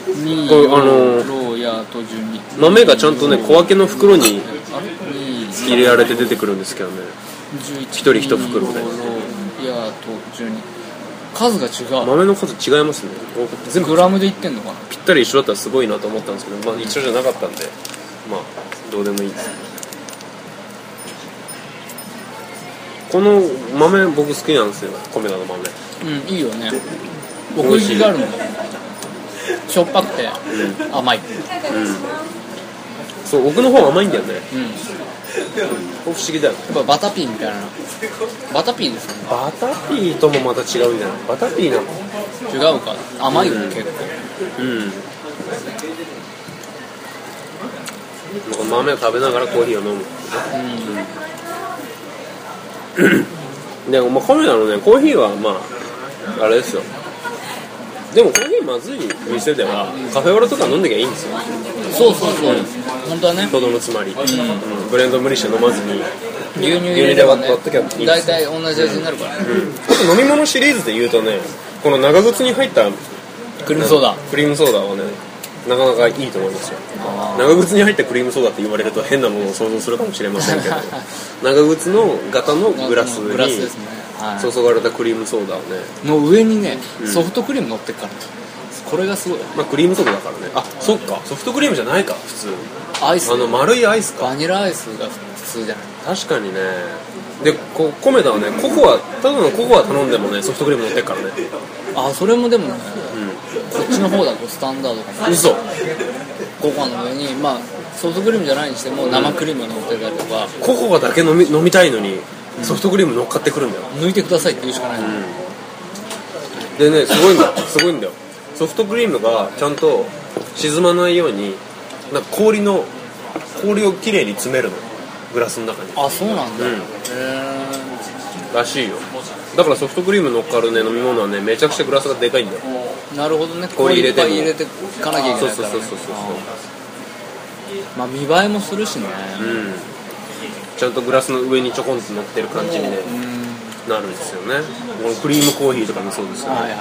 二これあの四ローヤーと準備豆がちゃんとね小分けの袋にあれ二入れられて出てくるんですけどね11一人一袋でローヤーと十二数が違う豆の数違いますね全部グラムでいってんのかなぴったり一緒だったらすごいなと思ったんですけど、まあ、一緒じゃなかったんでまあどうでもいいですこの豆僕好きなんですよ米田の豆うんいいよね美奥味行しいきがあるもんしょっぱくて甘いそう奥の方甘いんだよねうんや不思議だよっぱバタピーみたいなバタピーですよねバタピーともまた違うんじゃないバタピーなの違うか甘いよね結構うんなんか豆を食べながらコーヒーを飲むうんでもまあ米田のねコーヒーはまああれですよでもコーヒーまずい店ではカフェオレとか飲んできゃいいんですよそうそうそう本当はねとどのつまり、うんブレンド無理して飲まずに牛牛乳入れ乳れでば割ねっときゃいいんですよ大体同じ味になるからねあと飲み物シリーズで言うとねこの長靴に入ったクリームソーダクリームソーダはねなかなかいいと思いますよあー長靴に入ったクリームソーダって言われると変なものを想像するかもしれませ んけど長靴の型のグラスグラスにですね、はい注がれたクリームソーダをね、の上にねうんソフトクリーム乗ってっから、これがすごいまあ、クリームソーダだからねあそっかソフトクリームじゃないか普通アイスあの丸いアイスかバニラアイスが普通じゃない確かにねでこコメダはねココアただのココア頼んでもねソフトクリーム乗ってっからねあそれもでもねうこっちの方だとスタンダードかもん嘘ご飯の上にまあソフトクリームじゃないにしても生クリームが乗ってたりとか、ココアだけ飲み飲みたいのにソフトクリーム乗っかってくるんだよ、抜いてくださいって言うしかない、でねすごいんだすごいんだよソフトクリームがちゃんと沈まないようになんか氷の氷をきれいに詰めるのグラスの中にあそうなんだ、うんへえらしいよだからソフトクリーム乗っかるね飲み物はねめちゃくちゃグラスがでかいんだよなるほどね氷入れてもいっぱい入れてかなきゃいけそうないかそうら、ね、そうそうそうあーまあ見栄えもするしねうんちゃんとグラスの上にちょこんと乗ってる感じにねうんなるんですよねこのクリームコーヒーとかもそうですよね、はいは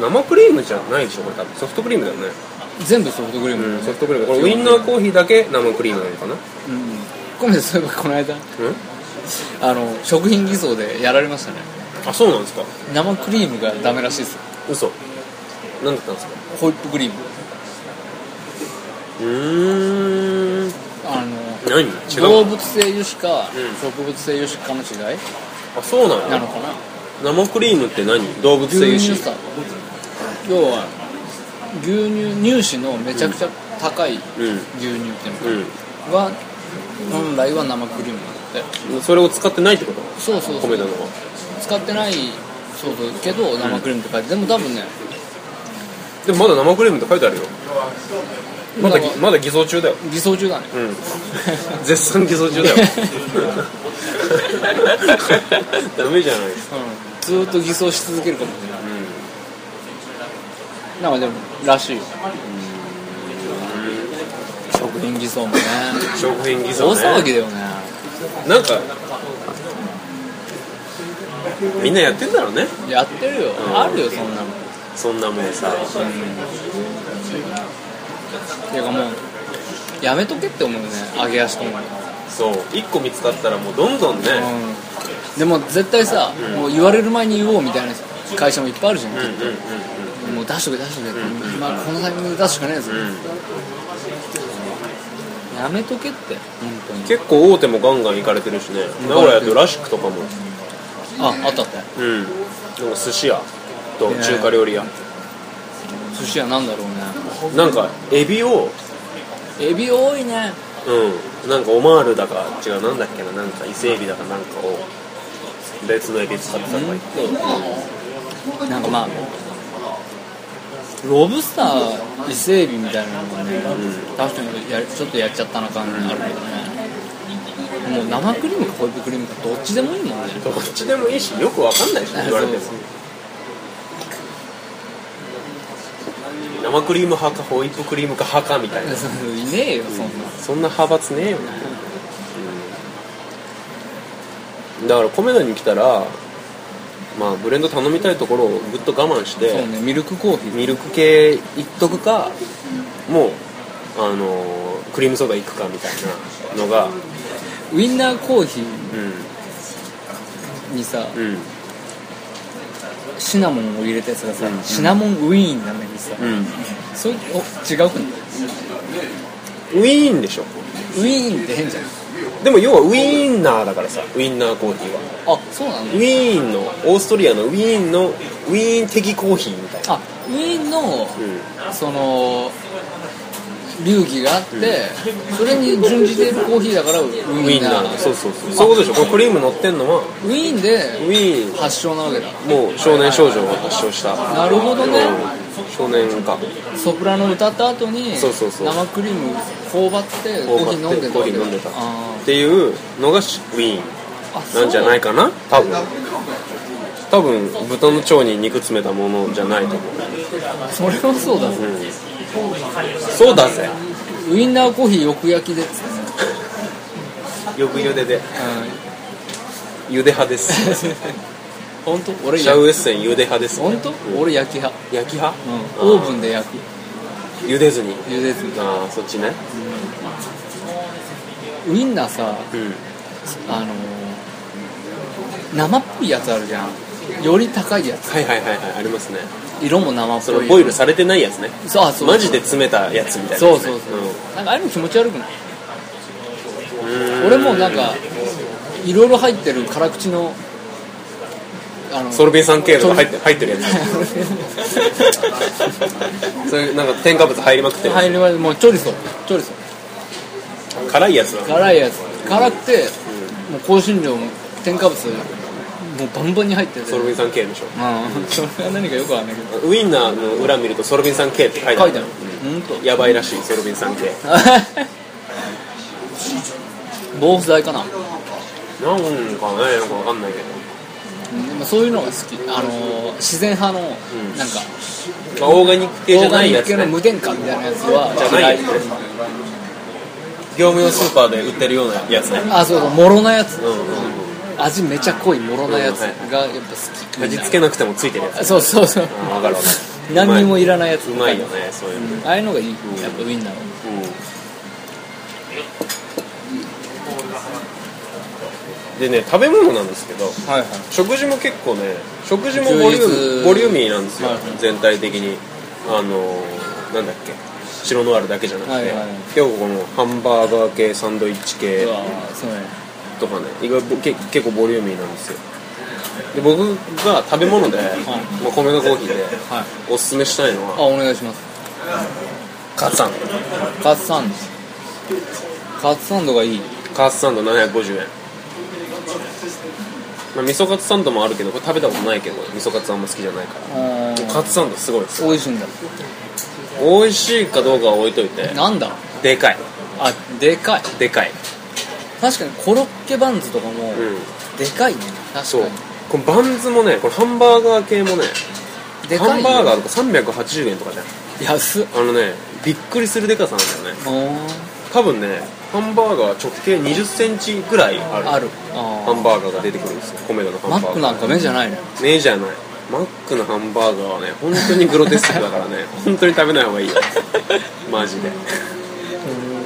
生クリームじゃないでしょこれ多分ソフトクリームだよねい全部ソフトクリーム、うんうんソフトクリームこれウインナーコーヒーだけ生クリームなのかなうんごめんなさいそういえばこの間うんあの食品偽装でやられましたねあそうなんですか生クリームがダメらしいですよ嘘なんだったんですかホイップクリームうーんあの何違動う物性油脂かうん植物性油脂かの違いあそうなのなのかな生クリームって何動物性牛油脂乳さ要は牛乳乳脂のめちゃくちゃ高い牛うん乳っていううのは本来は生クリームなんだってんそれを使ってないってことそうそうそ米う田のは使ってないそうそうけど生クリームって書いてでも多分ねでもまだ生クリームって書いてあるよまだなんぎかまだ偽装中だよ偽装中だねうん絶賛偽装中 だよダメじゃないですかうん ずーっと偽装し続けるかもしれないなんかでもらしいよ食品偽装もね食品偽大装ね騒ぎだよねなんかみんなやってんだろうねやってるよんあるよそんなのそんなもんさていうかもうやめとけって思うね揚げ足ともにそう1個見つかったらもうどんどんねでも絶対さ、もう言われる前に言おうみたいな会社もいっぱいあるじゃん、うんうんうんもう出しとけ出しとけって、まあ、このタイミングで出すしかねえぞ、うんうんやめとけって本当に結構大手もガンガン行かれてるしね名古屋やとラシックとかもああったあったうんでも寿司屋と中華料理屋寿司屋なんだろうねなんかエビをエビ多いねうんなんかオマールだか違うなんだっけななんか伊勢エビだかなんかを別のエビ使ってたとか言ってなんかまあロブスター伊勢エビみたいなのがね、確かにやちょっとやっちゃったな感じあるけどね、もう生クリームかホイップクリームかどっちでもいいもんねどっちでもいいしよくわかんない しね言われてもそう生クリーム派かホイップクリームか派かみたいなそうそういねえよそんな、そんな派閥ねえよ、だから米田に来たらまあブレンド頼みたいところをぐっと我慢してそうねミルクコーヒーミルク系いっとくかもうあのークリームソーダいくかみたいなのがウインナーコーヒーうにさんうんシナモンを入れたやつがさ、シナモンウィーンなのにさ、うんそれお違うくないウィーンでしょウィーンって変じゃんでも要はウィーンナーだからさウィンナーコーヒーはあそうなのウィーンのオーストリアのウィーンのウィーン的コーヒーみたいなあウィーンのうんその流儀があって、それに準じてるコーヒーだからウウィィーンーンなナーそうそうそうそういうことでしょこれクリーム乗ってんのはウィーンウでィーン発祥なわけだもう少年少女が発祥したなるほどねうん少年かソプラノ歌った後にそうそうそう生クリーム頬張ってコーヒー飲んでたコーわヒーけだ飲んでたあっていうのがしウィーンーあそうなんじゃないかな多分多分豚の腸に肉詰めたものじゃないと思う、それはそうだぞうん、そうだぜウインナーコーヒーよく焼きでっつってねよく茹ででう茹で派です ん本当俺シャ焼ウエッセン茹で派です本当俺焼き派焼き派、うんオーブンで焼く茹でずにゆでずにああそっちねウインナーさうんあの生っぽいやつあるじゃんより高いやつはいはいはいはいありますね色も生っぽいそのボイルされてないやつねそうあそうマジで詰めたやつみたいなそやうつね、そうそう、んなんかああいうの気持ち悪くない俺もなんかいろいろ入ってる辛口のあのソルビン酸系とか入ってソ入ってるやつそういうなんか添加物入りまくってる、 入りまもうチョリソチョリソ辛いやつは辛いやつ辛くて、もう香辛料も添加物もうバンバンに入っててソルビン酸系でしょうんそれが何かよくわかんないけどウインナーの裏見るとソルビン酸系って書いてあ書いるてある本当。やばいらしいソルビン酸系 防腐剤かななんかねよくわかんないけうんでもそういうのが好き、あのー自然派のんなんかど、まあ、オーガニック系じゃないやつオーガニック系のね無添加みたいなやつはじゃないやつね嫌い業務用スーパーで売ってるようなやつねあそうそうもろなやつうんうん味めちゃ濃いもろなやつうんはいがやっぱ好き味付けなくてもついてるやつけそうそうそううんわかるわかる何にもういらないやつまいよねそういうの、ああいうのがいいやっぱウインナーはでね食べ物なんですけどはいはい食事も結構ね食事もボリュー充実ムボリューミーなんですよ、はいはい全体的にあのーなんだっけ白ノワールだけじゃなくて、はいはい結構このハンバーガー系サンドイッチ系うわーそうねとかね意外とけ結構ボリューミーなんですよで僕が食べ物で、まあ、米のコーヒーではいおすすめしたいのあはお願いしますカツサンカツサンドカツサンドがいいドカツサンド750円まあ、味噌カツサンドもあるけどこれ食べたことないけど味噌カツあんま好きじゃないかうんらカツサンドすごいですよ美味しいんだ美味しいかどうかは置いといてなんだでかいあでかいでかい、確かにコロッケバンズとかもうん、でかいね確そうかこのバンズもねこれハンバーガー系もねにでかいよハンバーガーとか380円とかじゃん安っあのねびっくりするでかさなんだよねおー多分ねハンバーガー直径2 0センチぐらいあるあるハあンバーガーが出てくるんですよ米田のハーンバマーガーックなんか目じゃないねねえじゃないマックのハンバーガーはね本当にグロテスクだから ね本当に食べない方がいいよマジで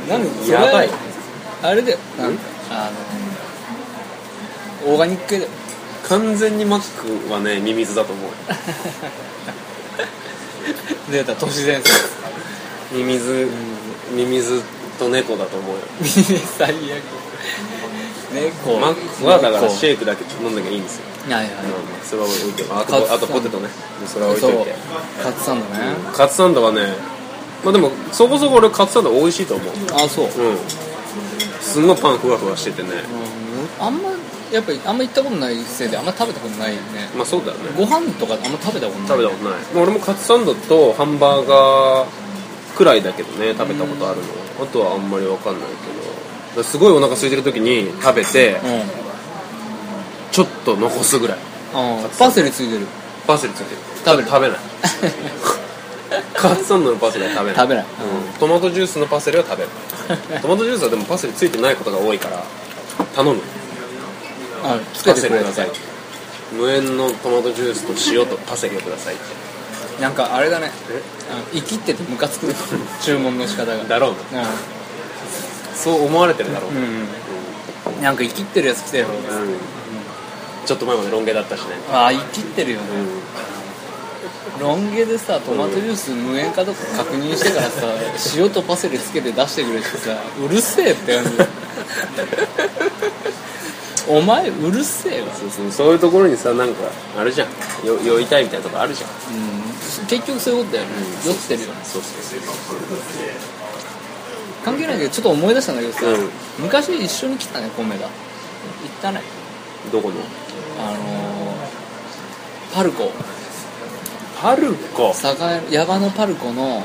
なんかそれやばいあれだよなんかあのオーガニック系だよ 完全にマックはねミミズだと思う出た都市伝説 ミミズミミズと猫だと思うよ最悪猫マックはだからシェイクだけ飲んだけいいんですよ、猫はいはいうん、それは置いといてあカツとあとポテトねそれは置いそとういてカツサンドねカツサンドはねまあでもそこそこ俺カツサンド美味しいと思うあそううんすんごいパンふわふわしててねあんまやっぱりあんま行ったことないせいであんま食べたことないよねまあそうだよねご飯とかあんま食べたことない食べたことない、まあ、俺もカツサンドとハンバーガーくらいだけどね食べたことあるのあとはあんまり分かんないけどだからすごいお腹空いてる時に食べてうんちょっと残すぐらいあーパセリつい てるパセリついてる食べる食べないカツサンドのパセリは食べない食べないうん、トマトジュースのパセリは食 べるトマトジュースはでもパセリついてないことが多いから頼むあつけパてセくリれください無塩のトマトジュースと塩とパセリをくださいってなんかあれだねえあの生きっててムカつ く注文の仕方がだろうなそう思われてるだろううな、ん、うん、なんか生きってるやつ来てるうんちょっと前までロン毛だったしね、ああ生きってるよねロン毛でさトマトジュース無塩かどうか確認してからさ塩とパセリつけて出してくれってさうるせえって感じお前うるせえわそうそうそういうところにさなんかあるじゃんよ酔いたいみたいなとこあるじゃんうん結局そういうことだよね、酔ってるよねそうそう関係ないけどちょっと思い出したんだけどさ、うん昔一緒に来たね米田行ったねどこのあのー、パルコパルコ栄山のパルコの、はい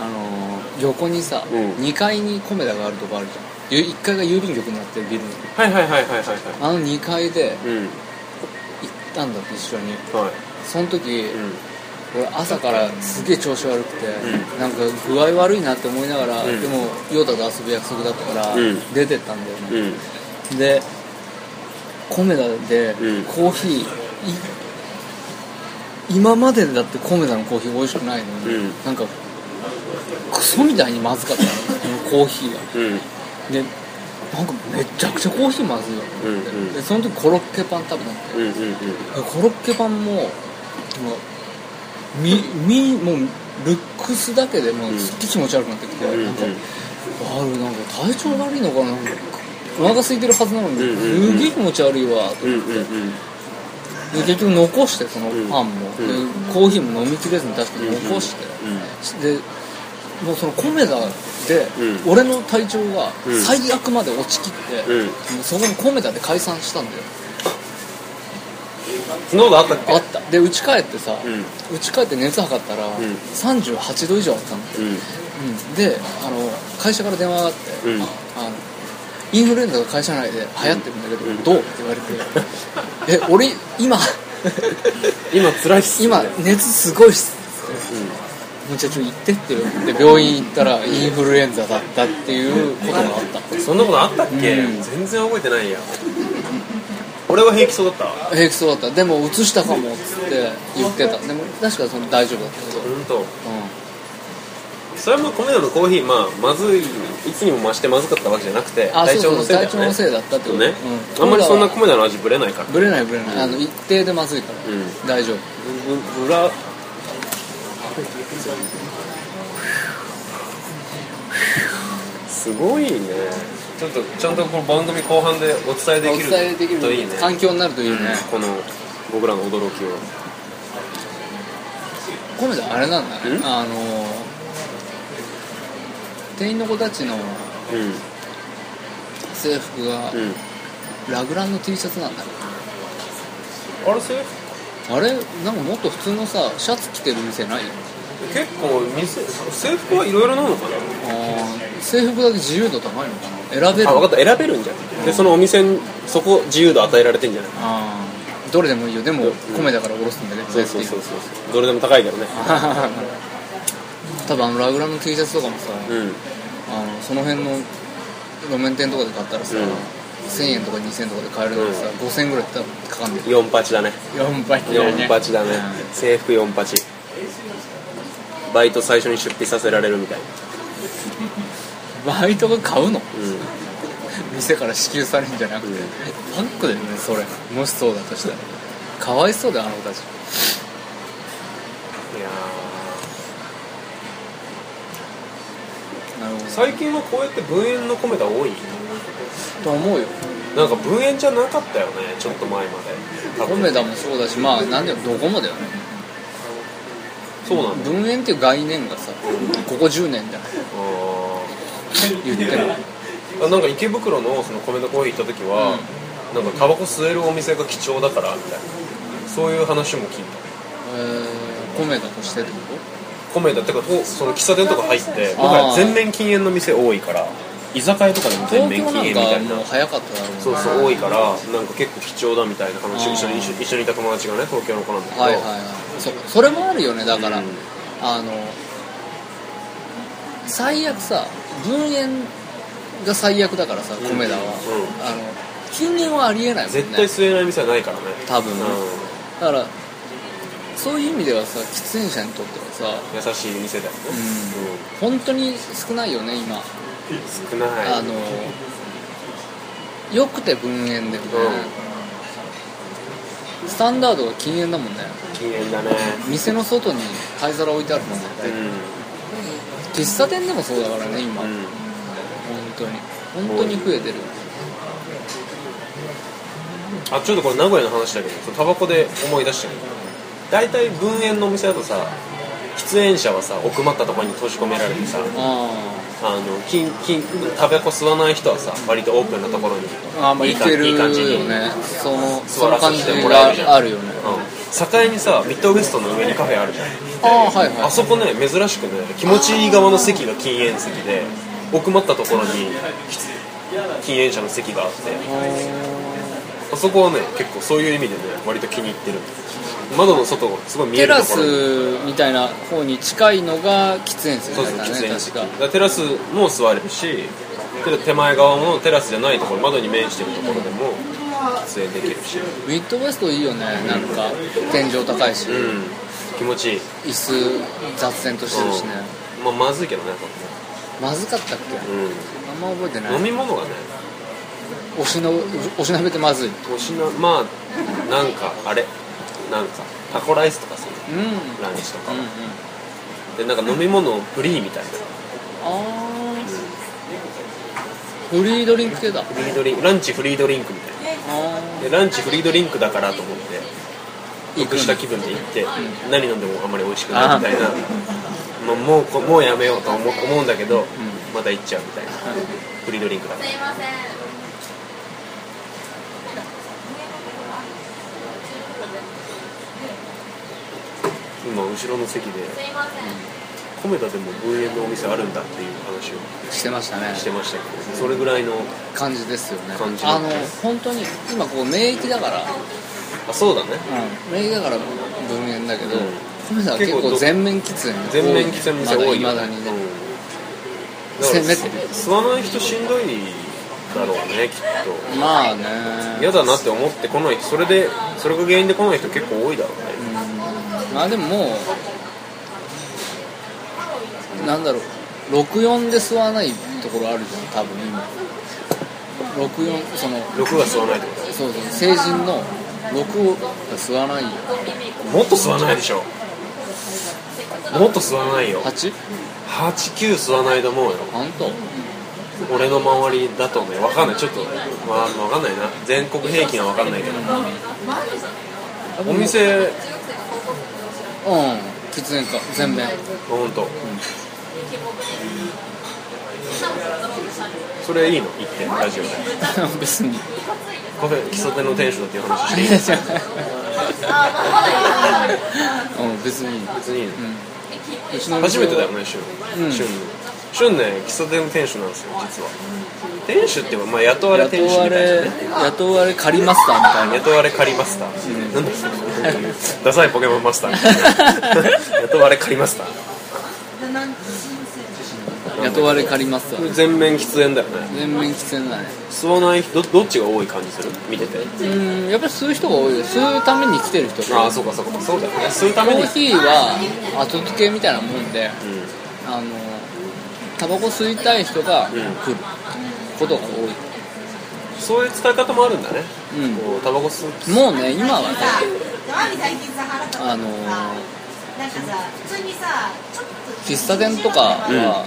あのー、横にさ、うん2階に米田があるとこあるじゃんゆ1階が郵便局になってるビルのはいはいはいはいはいはあの2階でいうん行ったんだって一緒にはその時、いうん俺朝からすげえ調子悪くて、なんか具合悪いなって思いながら、うんでもヨタと遊ぶ約束だったから、うん出てったんだよね、うんでコメダでうんコーヒー、い今までだってコメダのコーヒー美味しくないのに、うんなんかクソみたいにまずかったのそのコーヒーがうんうんでなんかめちゃくちゃコーヒーまずいよと思って、うんうんでその時コロッケパン食べたんだようんうんでコロッケパンももうみみもうルックスだけでもうすっげえ気持ち悪くなってきて、うんうんなんかあれなんか体調悪いのかななんかお腹空いてるはずなのにうんうんうんすげえ気持ち悪いわとうんうんうんで結局残してそのパンも、うんうんでコーヒーも飲みきれずに確かに残して、でもうその米田で、う俺の体調がうん最悪まで落ちきって、うんうんもうそこの米田で解散したんだよそんなことあったっけあったで家帰ってさ、うん家帰って熱測ったら、ん38度以上あったの、うんうん、であの会社から電話があって、うんあのインフルエンザが会社内で流行ってるんだけど、んどうって言われて 「え俺今今辛いっす今熱すごいっす」もうじゃあちょっと行ってって言われて病院行ったらインフルエンザだったっていうことがあったそんなことあったっけ、うん全然覚えてないや俺は平気そうだったわ平気そうだったでも移したかもっつって言ってたでも確かその大丈夫だったけど、本当。うそれはまあ米田のコーヒーまあまずいいつにも増してまずかったわけじゃなくてん、あ体調のせいだよそうそう体調のねせいだったってことね、うん、あんまりそんな俺らは米田の味ぶれないからぶれないぶれない、あの一定でまずいから、うん大丈夫ぶぶらすごいねちょっとちゃんとこの番組後半でお伝えでおきる伝えできるといいね環境になるといいね、この僕らの驚きをコメダあれなんだねんあの店員の子たちのうん制服がうんラグランの T シャツなんだあれ制服あれなんかもっと普通のさシャツ着てる店ない結構店制服はいろいろなのかなあー制服だけ自由度高いのかな選べるあ分かった選べるんじゃんでそのお店にそこ自由度与えられてんじゃないあーどれでもいいよでもん米だからおろすんだけどそうそうそうそうどれでも高いけどね多分あの ラグランの T シャツとかもさ、うんあのその辺の路面店とかで買ったらさ、うん1000円とか2000円とかで買えるのにさ、5000円ぐらい多分かかんでる4八だね4倍って4八だね制服4八バイト最初に出費させられるみたいなバイトが買うのうん店から支給されるんじゃなくて、うんパックだよねそれもしそうだとしたらかわいそうだよあの子たいちやなるほ最近はこうやって分煙の米が多いどと思うよなんか分煙じゃなかったよねちょっと前まで多分米田もそうだしまあ何でもどこもだよねそうなんだ分園っていう概念がさここ10年じゃないあー言ってもあなんか池袋のその米のコーヒー行った時は、なんかタバコ吸えるお店が貴重だからみたいなそういう話も聞いえー、米田としてってこた米だってかとその喫茶店とか入って僕ら全面禁煙の店多いから居酒屋とかでもと全東面京禁煙みなたいんかなもう早かっただろうねそうそう多いからなんか結構貴重だみたいな話を一緒に一緒一緒にいた友達がね東京の子なんだけど、はいはいはいそそれもあるよねだから、うんあの最悪さ分煙が最悪だからさん米田は、うあの禁煙はありえないもんね絶対吸えない店はないからね多分うんだからそういう意味ではさ喫煙者にとってはさ優しい店だよね、本当に少ないよね今、うん少ないあのよくて分煙で、ねスタンダードが禁煙だもんね禁煙だね店の外に灰皿置いてあるもんね、喫茶店でもそうだからね今、うん、う本ん当に本当に増えてるあちょっとこれ名古屋の話だけどそのタバコで思い出したけど大体分煙のお店だとさ喫煙者はさ奥まったところに閉じ込められてさああの禁禁タバコ吸わない人はさ割とオープンなところにーあーまあいいい感けじるいい感じによねそのそ座のら感せじてもらえるじゃんがあるよねうん、栄にさミッドウエストの上にカフェあるじゃんああーはいはいあそこね珍しくね気持ちいい側の席が禁煙席で奥まったところに禁煙者の席があってあそこはね結構そういう意味でね割と気に入ってる窓の外がすごい見えテるラところにスみたいな方に近いのが喫煙室そうだそうった喫ね煙席だ確かからテラスも座れるし手手前側もテラスじゃないところ窓に面してるところでも喫煙できるしミッドウェストいいよねなんか天井高いし、うん気持ちいい椅子雑然としてるしね、うんまあ、まずいけどねやっまずかったっけぱ、うあんま覚えてないん、飲み物がねおしのおしなべてまずいおしなまあなんかあれなんかタコライスとかさうんうんうんランチとか、あでなんか飲み物をフリーみたいなあフリードリンク系だフリードリンクランチフリードリンクみたいあなあでランチフリードリンクだからと思って行く得んした気分で行って何飲んでもあんまり美味しくないみたいなもうもうこもうやめようと思う思うんだけど、また行っちゃうみたいなフリードリンクだからいません。今後ろの席ですいません。コメダでも分煙のお店あるんだっていう話をしてましたねしてましたけどそれぐらいの感じですよね感じあの本当に今こう免疫だから、あそうだね免疫だから分煙だけど、うん米さんは結構全面喫煙が多い全面喫煙の店多いまよだ未だにね、うんせめだてから吸わない人しんどいだろうねきっまあねと嫌だなって思ってこないそれでそれが原因で来ない人結構多いだろうね、まあでももうなんだろう64で吸わないところあるじゃん多分今64その6が吸わないってこそうそう成人の6を吸わないともっと吸わないでしょもっと吸わないよ 8? 89吸わないと思うよ本当俺の周りだとねわかんないちょっとまあわかんないな全国平均はわかんないけどお店うん喫煙か全面本当、それいいの言ってラジオで 別にカフェ喫茶店の店主だっていう話していいうん別にいい別にいいのうちの初めてだよねね旬うん旬旬ね喫茶店の店主なんですよ実は店主っていうかまあ雇われ店雇主わみたいなれね雇われ仮マスターみたいな雇われ仮マスター、なんだっけダサいポケモンマスターみたい な雇われ仮マスター雇われ仮マスタこれー全面喫煙だよね全面喫煙だね吸わないどどっちが多い感じする見ててうんやっぱり吸う人が多いよ吸うために来てる人がああそうかそうかそうだよね吸うたコめにーヒーは後付けみたいなもんでうんあのタバコ吸いたい人が来ることが多そういう使い方もあるんだね、い、うん、こうタバコ吸うもうね今はね何最近さ腹立つあのなんかさ普通にさちょっと喫茶店とかは、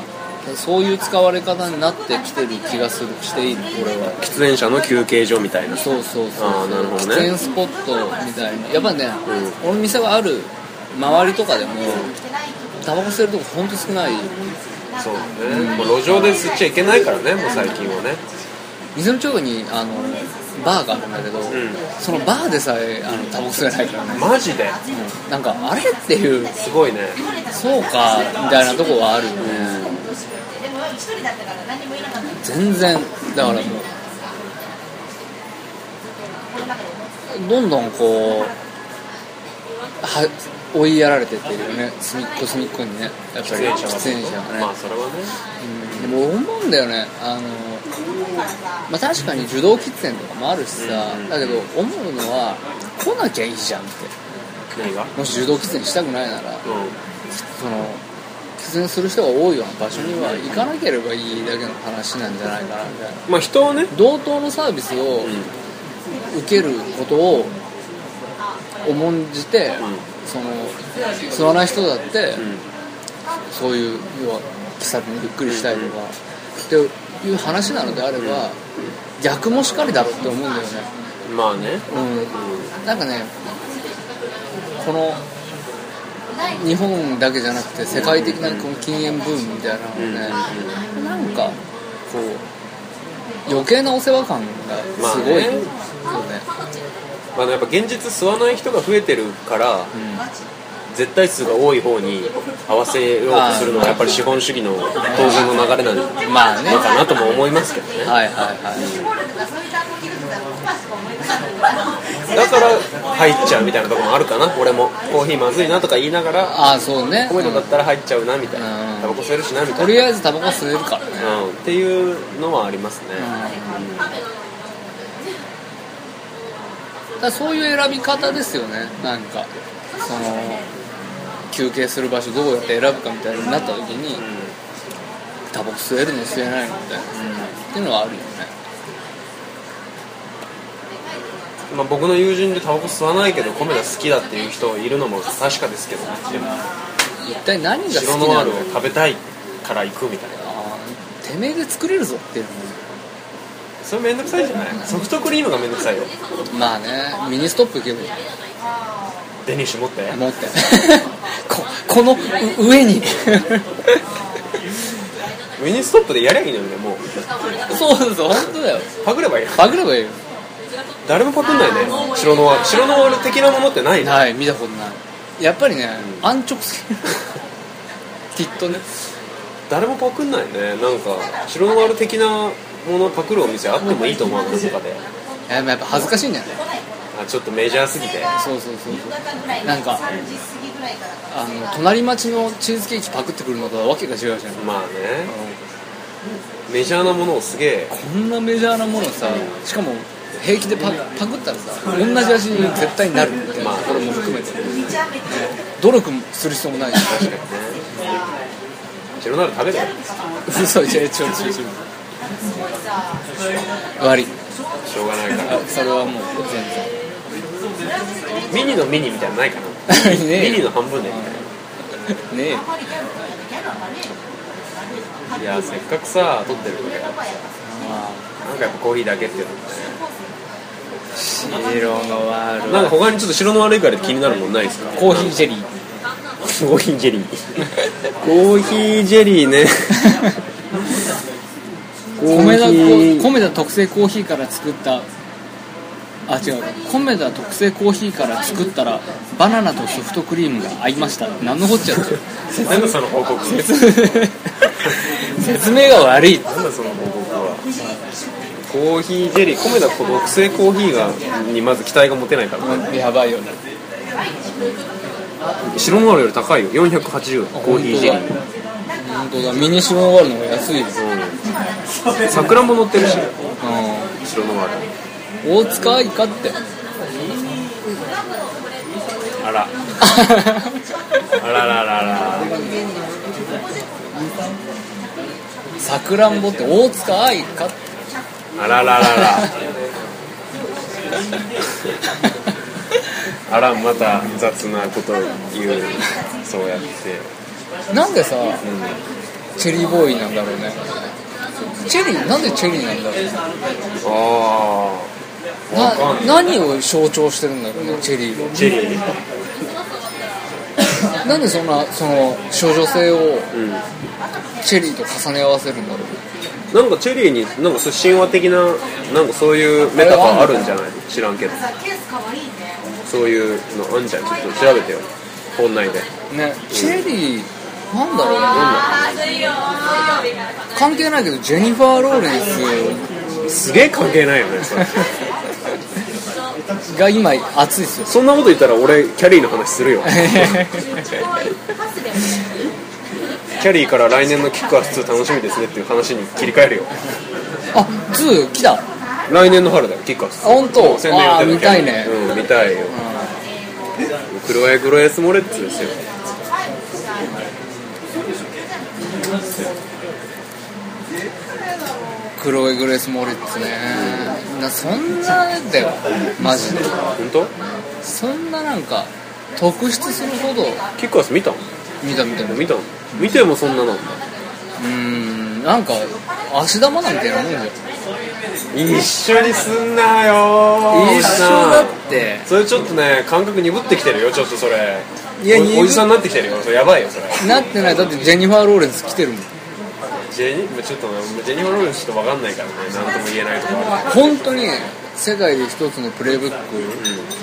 そういう使われ方になってきてる気がするしている俺は喫煙者の休憩所みたいなそうそうそうあーなるほどね喫煙スポットみたいなやっぱね、俺の店がある周りとかでもタバコ吸えるとこほんと少ないそうだね、もう路上で吸っちゃいけないからねもう最近はね水の町にあのバーがあるんだけど、んそのバーでさえあのタバコ吸えないからねマジでなんかあれっていうすごいねそうかみたいなとこはあるよねでも一人だったから何もいなかったの全然だからもうどんどんこうは追いやられてってるよね隅っこ隅っこにねやっぱり喫煙者は喫煙者がね、まあそれはねでも思うんだよねあのまあ確かに受動喫煙とかもあるしさ、うんうんだけど思うのは来なきゃいいじゃんって何がもし受動喫煙したくないならうその喫煙する人が多いような場所には行かなければいいだけの話なんじゃないかなみたいなんまあ人をね同等のサービスを受けることを重んじて、その吸わない人だって、そういう要は喫茶店にゆっくりしたいとか、っていう話なのであれば、逆もしかりだろうって思うんだよね、まあねうん、なんかねこの日本だけじゃなくて世界的なこの禁煙ブームみたいなのね、なんかこう余計なお世話感がすごい、まあねそうねまあやっぱ現実吸わない人が増えてるから、絶対数が多い方に合わせようとするのはやっぱり資本主義の当然の流れなのかまあねなとも思いますけどねはいはいはだから入っちゃうみたいなところもあるかな俺もコーヒーまずいなとか言いながらああそうねこういうのだったら入っちゃうなみたいうんなタバコ吸えるしなみたといな、りあえずタバコ吸えるからねうん、っていうのはありますね、だからそういう選び方ですよねなんかその休憩する場所どうやって選ぶかみたいになった時に、タバコ吸えるの吸えないのみたいな、っていうのはあるよねまあ、僕の友人でタバコ吸わないけど米が好きだっていう人いるのも確かですけどねでも一体何が好き白ノなワーのルかを食べたいから行くみたいなあーてめえで作れるぞっていうのそれめんどくさいじゃないソフトクリームがめんどくさいよもまあねミニストップ行けばいいデニッシュ持って持って ここのう上にウィニストップでやりゃいいのにねもう そうそう本当だよパクればいいのパクればいいよ誰もパクんないね白ノワール白ノワール的なものってないねない見たことないやっぱりね、安直すぎる きっとね誰もパクんないねなんか白ノワール的なものパクるお店あってもいいと思うのどこかでいややっぱ恥ずかしいんだよねあちょっとメジャーすぎてそうそうそうそう中ぐらいなんか3時過ぎぐらいからかあの隣町のチーズケーキパクってくるのとはわけが違うじゃんまあねメジャーなものをすげえこんなメジャーなものさしかも平気でパクパクったらさ同じ味に絶対になるみたいなところも含めてめちゃめちゃ努力もする必要も ないし白ノワール食べるそうじゃあちょちょちょすごいさ終わりしょうがないかあらそれはもうミニのミニみたいなのないか な全然ミニねの半分でみたいえねえあんまりギャルとかねギャルはダメよないやせっかくさ撮ってるんだからなんかやっぱコーヒーだけっていうのもね色のワールなんか他にちょっと白の悪いから気になるもんないですかコーヒージェリー コーヒージェリー コーヒージェリ ーね米田こ米田特製コーヒーから作ったあ違う米田特製コーヒーから作ったらバナナとソフトクリームが合いました何のこっちゃ ってなんだその報告説説明が悪いなんだその報告はコーヒージェリー米田特製コーヒーがにまず期待が持てないからやばいよね白のあるより高いよ480円コーヒージェリー本当だミニシモンワールの方が安いです、桜も乗ってるしう白のあるん、大塚愛かって あらあららららさくらんぼって大塚愛かって あららららあらまた雑なことを言うそうやってなんでさ、チェリーボーイなんだろうねチェリーなんでチェリーなんだろうあわかんないな何を象徴してるんだろうねチェリーあチェリーは なんでそんなその少女性をうんチェリーと重ね合わせるんだろうなんかチェリーになんかそう神話的ななんかそういうメタファーあるんじゃない知らんけどさケースかわいいねそういうのあんじゃんちょっと調べてよ本内でねチェリーなんだろうねあーいよ関係ないけどジェニファー・ローレンすげえ関係ないよねそれスが今熱いっすよそんなこと言ったら俺キャリーの話するよパスでキャリーから来年のキックアス2楽しみですねっていう話に切り替えるよあ2来た来年の春だよキックアス2あ本当もう宣伝予定だあー見たいねうん見たいよ、黒エ黒エスモレッツですよクロエ・グレース・モレッツねなそんなだよマジで本当そんななんか特筆するほどキックアス見たの見たみたいなう見たの見てもそんなのーんなんか足玉なんてやもんじゃん一緒にすんなよ一緒だってそれちょっとね感覚鈍ってきてるよちょっとそれいやお鈍っおじさんになってきてるよそれやばいよそれなってないだってジェニファー・ローレンス来てるもんジェニまあちょっとねジェニファー・ローレンスちょっと分かんないからね何とも言えないとかある本当に世界で一つのプレイブック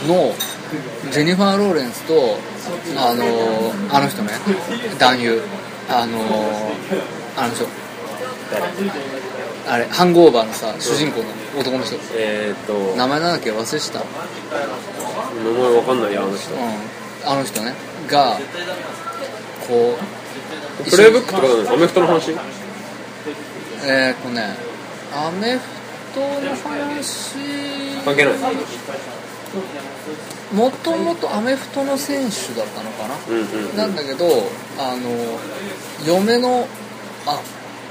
のジェニファー・ローレンスとあのあの人ね男優あのあの人あれハングオーバーのさ主人公の男の人えーっと名前なんだっけ忘れした名前分かんないよあの人うん、あの人ねがこうプレイブックってことだねアメフトの話えー、っとねアメフトの話関係ないもともとアメフトの選手だったのかな、うんうんうんなんだけどあの嫁のあ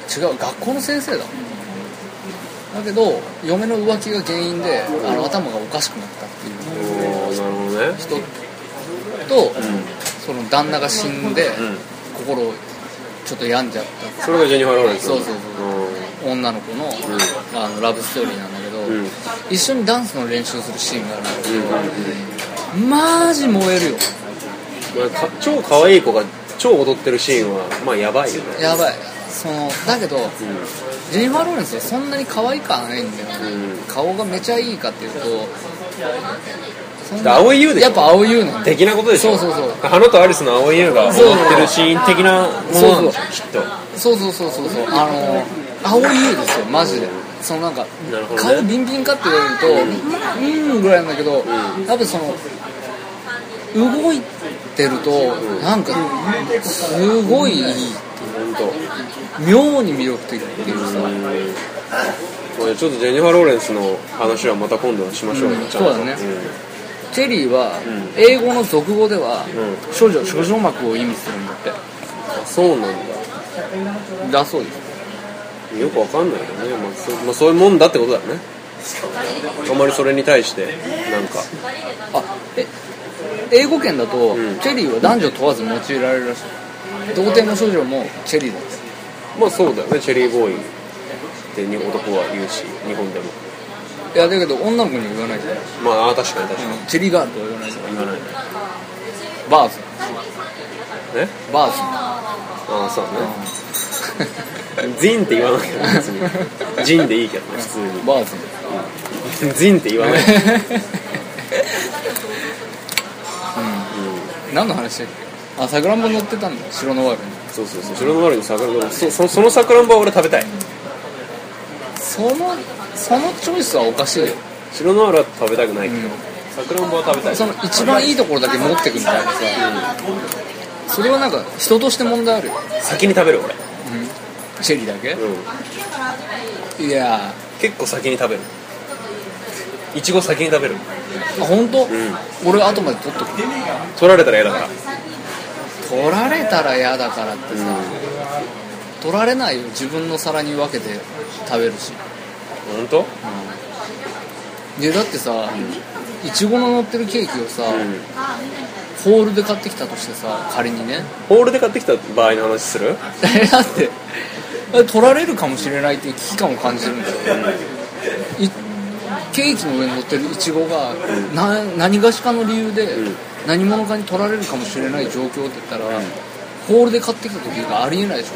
違う学校の先生だだけど嫁の浮気が原因であの頭がおかしくなったっていうおーなるほどね人と、その旦那が死んで、うん心をちょっと病んじゃったそれがジェニファー・ローレンスそうそう女の子の,、あのラブストーリーなんだけど、うん一緒にダンスの練習するシーンがあるんだけうんうんうんど、マジ燃えるよまあか超可愛い子が超踊ってるシーンはまあやばいよねやばいそのだけど、ジェニファー・ローレンスはそんなに可愛くはないんだよね、うん顔がめちゃいいかっていうとそんでな蒼井優でしょやっぱ青い優なんだよ的なことでしょそうそうそう花とアリスの青い優が踊ってるシーン的なものなんでしょきっそうとそうそうそうそうそうあの青い優ですよマジでそのなんかなるほどね顔ビンビンかって言われるとうんうんぐらいなんだけど、やっぱその動いてるとなんかすごいいい本当。妙に魅力的っていうさ、まあ、ちょっとジェニファー・ローレンスの話はまた今度しましょうね、うんちゃんとそうだねチェリーは英語の俗語ではう少女少女膜を意味するんだってうんそうなんだそうですだよくわかんないよね、まあそまあ、そういうもんだってことだよねあまりそれに対してなんかあえ英語圏だと、うんチェリーは男女問わず用いられるらしい童貞も少女もチェリーだってまあそうだよねチェリーボーイってに男は言うし日本でもいやだけど女の子には言わないから、まああー確かに確かに、チェリーガールとは言わないから言わないねバーズねバーああそうだねジンって言わないけど別にジンでいいけどね普通ズバーズにジンって言わない何の話だっけあ桜んぼ乗ってたんだよ白のワールにそうそうそう白の丸に桜のそそその桜んぼは俺食べたいそのそのチョイスはおかしいよ、白の丸は食べたくないけど、う桜んぼは食べたいん、その一番いいところだけ持ってくみたいなさそれはなんか人として問題あるよ先に食べる俺、チェリーだけうん、いや結構先に食べるいちご先に食べるーあ本当、俺後まで取っとく取られたら嫌だから取られたら嫌だからってさ、取られないよ自分の皿に分けて食べるし本当でだってさいちごの乗ってるケーキをさ、んホールで買ってきたとしてさ仮にねホールで買ってきた場合の話するだって取られるかもしれないっていう危機感を感じるんだよ、いケーキの上に乗ってるいちごが、な何がしかの理由で、うん何者かに取られるかもしれない状況って言ったら、ホールで買ってきた時がありえないでし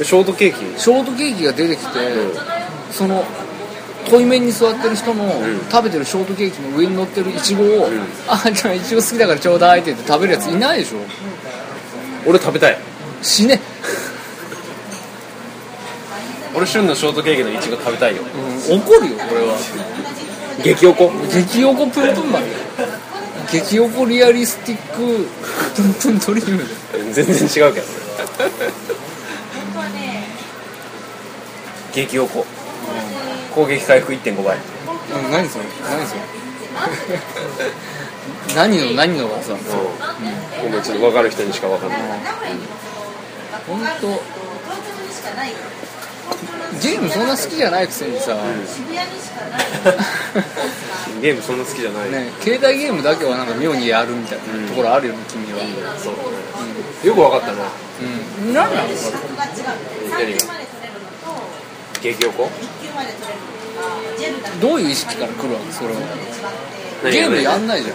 ょショートケーキショートケーキが出てきて、その対面に座ってる人の、食べてるショートケーキの上に乗ってるイチゴを、あじゃあイチゴ好きだからちょうだいって言って食べるやついないでしょ俺食べたい死ね、俺旬のショートケーキのいちご食べたいようん、怒るよこれは激おこ激横プンプン丸激横リアリスティックプンプンドリーム全然違うけど当はね、激おこ攻撃回復1.5倍だ、うん、何それ何それ何の何のがさごめんちょっと分かる人にしか分かんない名古屋にもその学校本があ当るんだけど、東京にしかないからゲームそんな好きじゃないくせにさ、渋谷にしかない。ゲームそんな好きじゃない、ね、携帯ゲームだけはなんか妙にやるみたいなところあるよね、君は。そうだねよく分かったなうん。なんなの資格が違う。三級まで取れるのと、激おこ一級まで取れるのが、ジェルだけどういう意識から来るわけそれは。何ゲームやうんんないじゃん。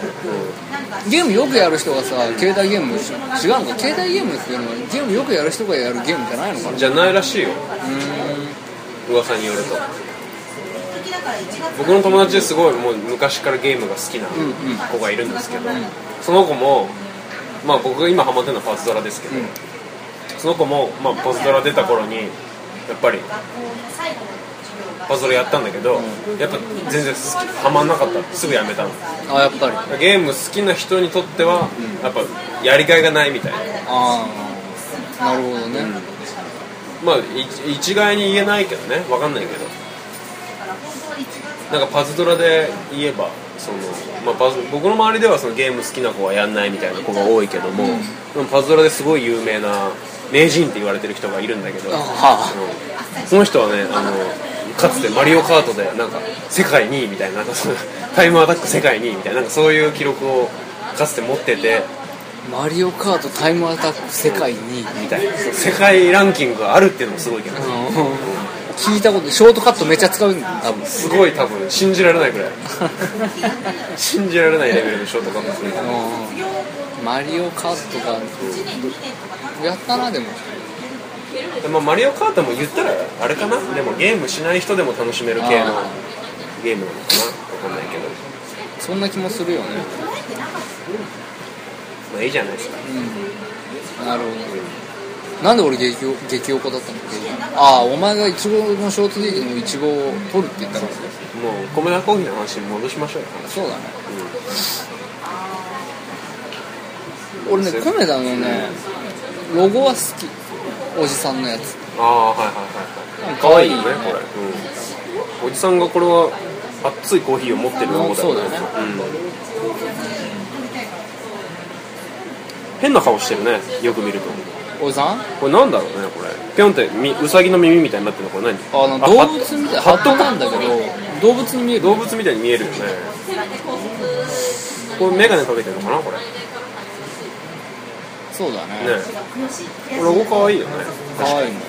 ゲームよくやる人がさ、携帯ゲーム違うのか携帯ゲームっていうのは、ゲームよくやる人がやるゲームじゃないのかなじゃないらしいよ噂によると的だから1月僕の友達ですごいもう昔からゲームが好きな子がいるんですけど、その子も、まあ、僕が今ハマってるのはパズドラですけど、うんその子も、まあ、パズドラ出た頃にやっぱり学校の最後の授業がパズドラやったんだけど、やっぱ全然好きハマんなかったすぐやめたのあ、やっぱり。あゲーム好きな人にとっては、やっぱやりがいがないみたいなあ。なるほどね。まあい一概に言えないけどねわかんないけどだから本当は1月なんかパズドラで言えばその、まあ、パズ僕の周りではそのゲーム好きな子はやんないみたいな子が多いけども、でもパズドラですごい有名な名人って言われてる人がいるんだけど、はうんその人はねあのかつてマリオカートでなんか世界2位みたいななんかそのタイムアタック世界2位みたいななんかそういう記録をかつて持っててマリオカートタイムアタック世界2位みたいなその世界ランキングがあるっていうのもすごいけど、聞いたことショートカットめっちゃ使うんだ多分すごい多分信じられないぐらい信じられないレベルのショートカットするからマリオカートがやったなでもでまあ、マリオカートも言ったらあれかなでもゲームしない人でも楽しめる系のあゲームなのかなわかんないけどそんな気もするよねまあいいじゃないですかなるほどなんで俺激お激おこだったのああお前がイチゴのショートケーキのイチゴを取るって言ったからもう米田コーヒーの話に戻しましょうよそうだね、俺ねコメダのねロゴは好きおじさんのやつああはいはいはいはい可愛いよね可愛これ、うん、おじさんがこれは熱いコーヒーを持ってるロゴだそうだよねうん、変な顔してるねよく見るとおじさんこれなんだろうねこれぴょんってみうさぎの耳みたいになってるのこれ何あのあ動物みたいなハッハットトなんだけど動物に見える動物みたいに見えるよねこれ眼鏡かけてるのかなこれそうだねねえロゴかわいいよね可愛いの、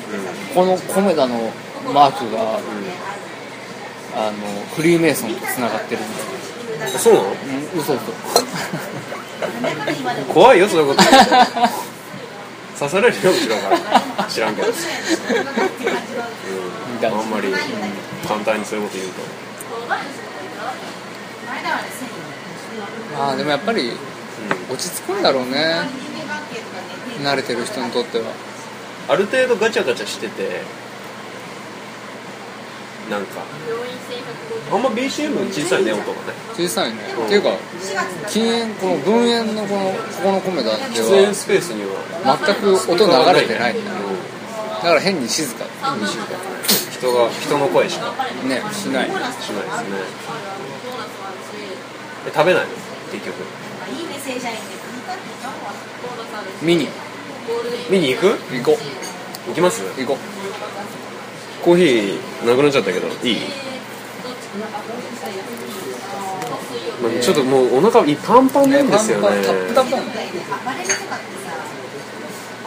このコメダのマークが、あのフリーメイソンとつながってるんですあそようなのうん嘘嘘 怖いよそういうこと言うと刺されるよ後ろ から知ら んけどみたいなあんまり簡単にそういうこと言うとあーでもやっぱり落ち着くんだろうね慣れてる人にとってはある程度ガチャガチャしててなんかあんま BCM 小さいね音がね小さいねっていうか禁煙この分煙のこのここのコメダで出演はスペースには全く音流れてないうんだよだから変に静か人が人の声しかねしなしないいですねえ食べないの結局見に見に行く行こ行きますう行こコーヒーなくなっちゃったけどいい、まあ、ちょっともうお腹いっパンパンうなねんですよねパンパンタップタップだもんね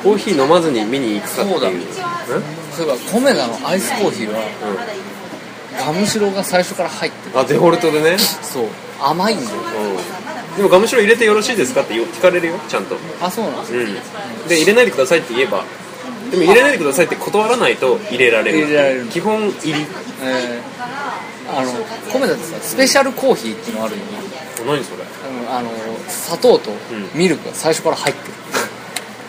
コーヒー飲まずに見に行くかっていうそうだんそういえばコメダのアイスコーヒーはガムシロが最初から入ってるあデフォルトでね、そう甘いんだようん、でもガムシロ入れてよろしいですかって言う聞かれるよちゃんと、あそうなうんん、で入れないでくださいって言えばでも入れないでくださいって断らないと入れられる入れられる基本入りえーあのコメダってさスペシャルコーヒーっていうのあるよね何それあのあの砂糖とんミルクが最初から入ってる、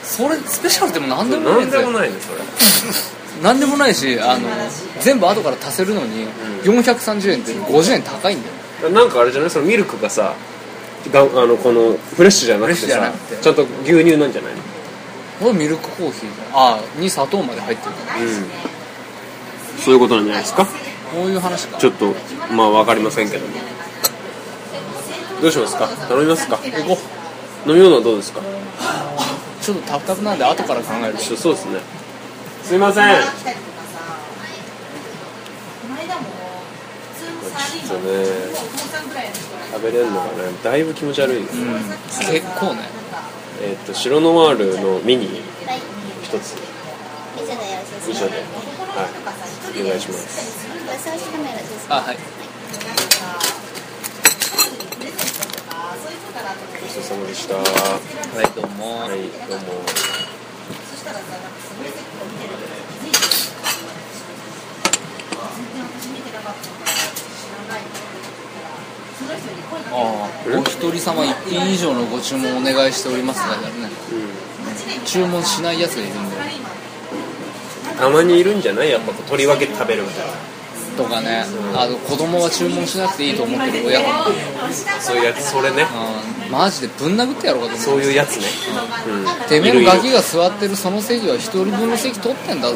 それスペシャルでも何でもない何やつでだもよないねそれ何でもないしあの全部後から足せるのに430円って50円高いんだよなんかあれじゃないそのミルクがさがあのこのフレッシュじゃなくてフレッシュじゃなさくてちゃんと牛乳なんじゃないのこれミルクコーヒーだあに砂糖まで入ってるそういうことなんじゃないですかこういう話かちょっとまあわかりませんけどもどうしますか頼みますか行こ飲み物はどうですかうちょっとタフタフなんで後から考えるちょそうですねすいませんね食べれるのかねだいぶ気持ち悪いです、結構ねえっ、と白ノワールのミニ一つ以上ではいお願いしますあはいごちそうさまでしたははいどうもいどうもああお一人様一品以上のご注文お願いしておりますだからね、注文しないやつがいるんだよたまにいるんじゃないやっぱこう取り分けて食べるみたいなとかねあと子供は注文しなくていいと思ってる親がそういうやつそれねあーマジでぶん殴ってやろうかと思うそういうやつね、うん、てめえいるいのるガキが座ってるその席は一人分の席取ってんだぞ、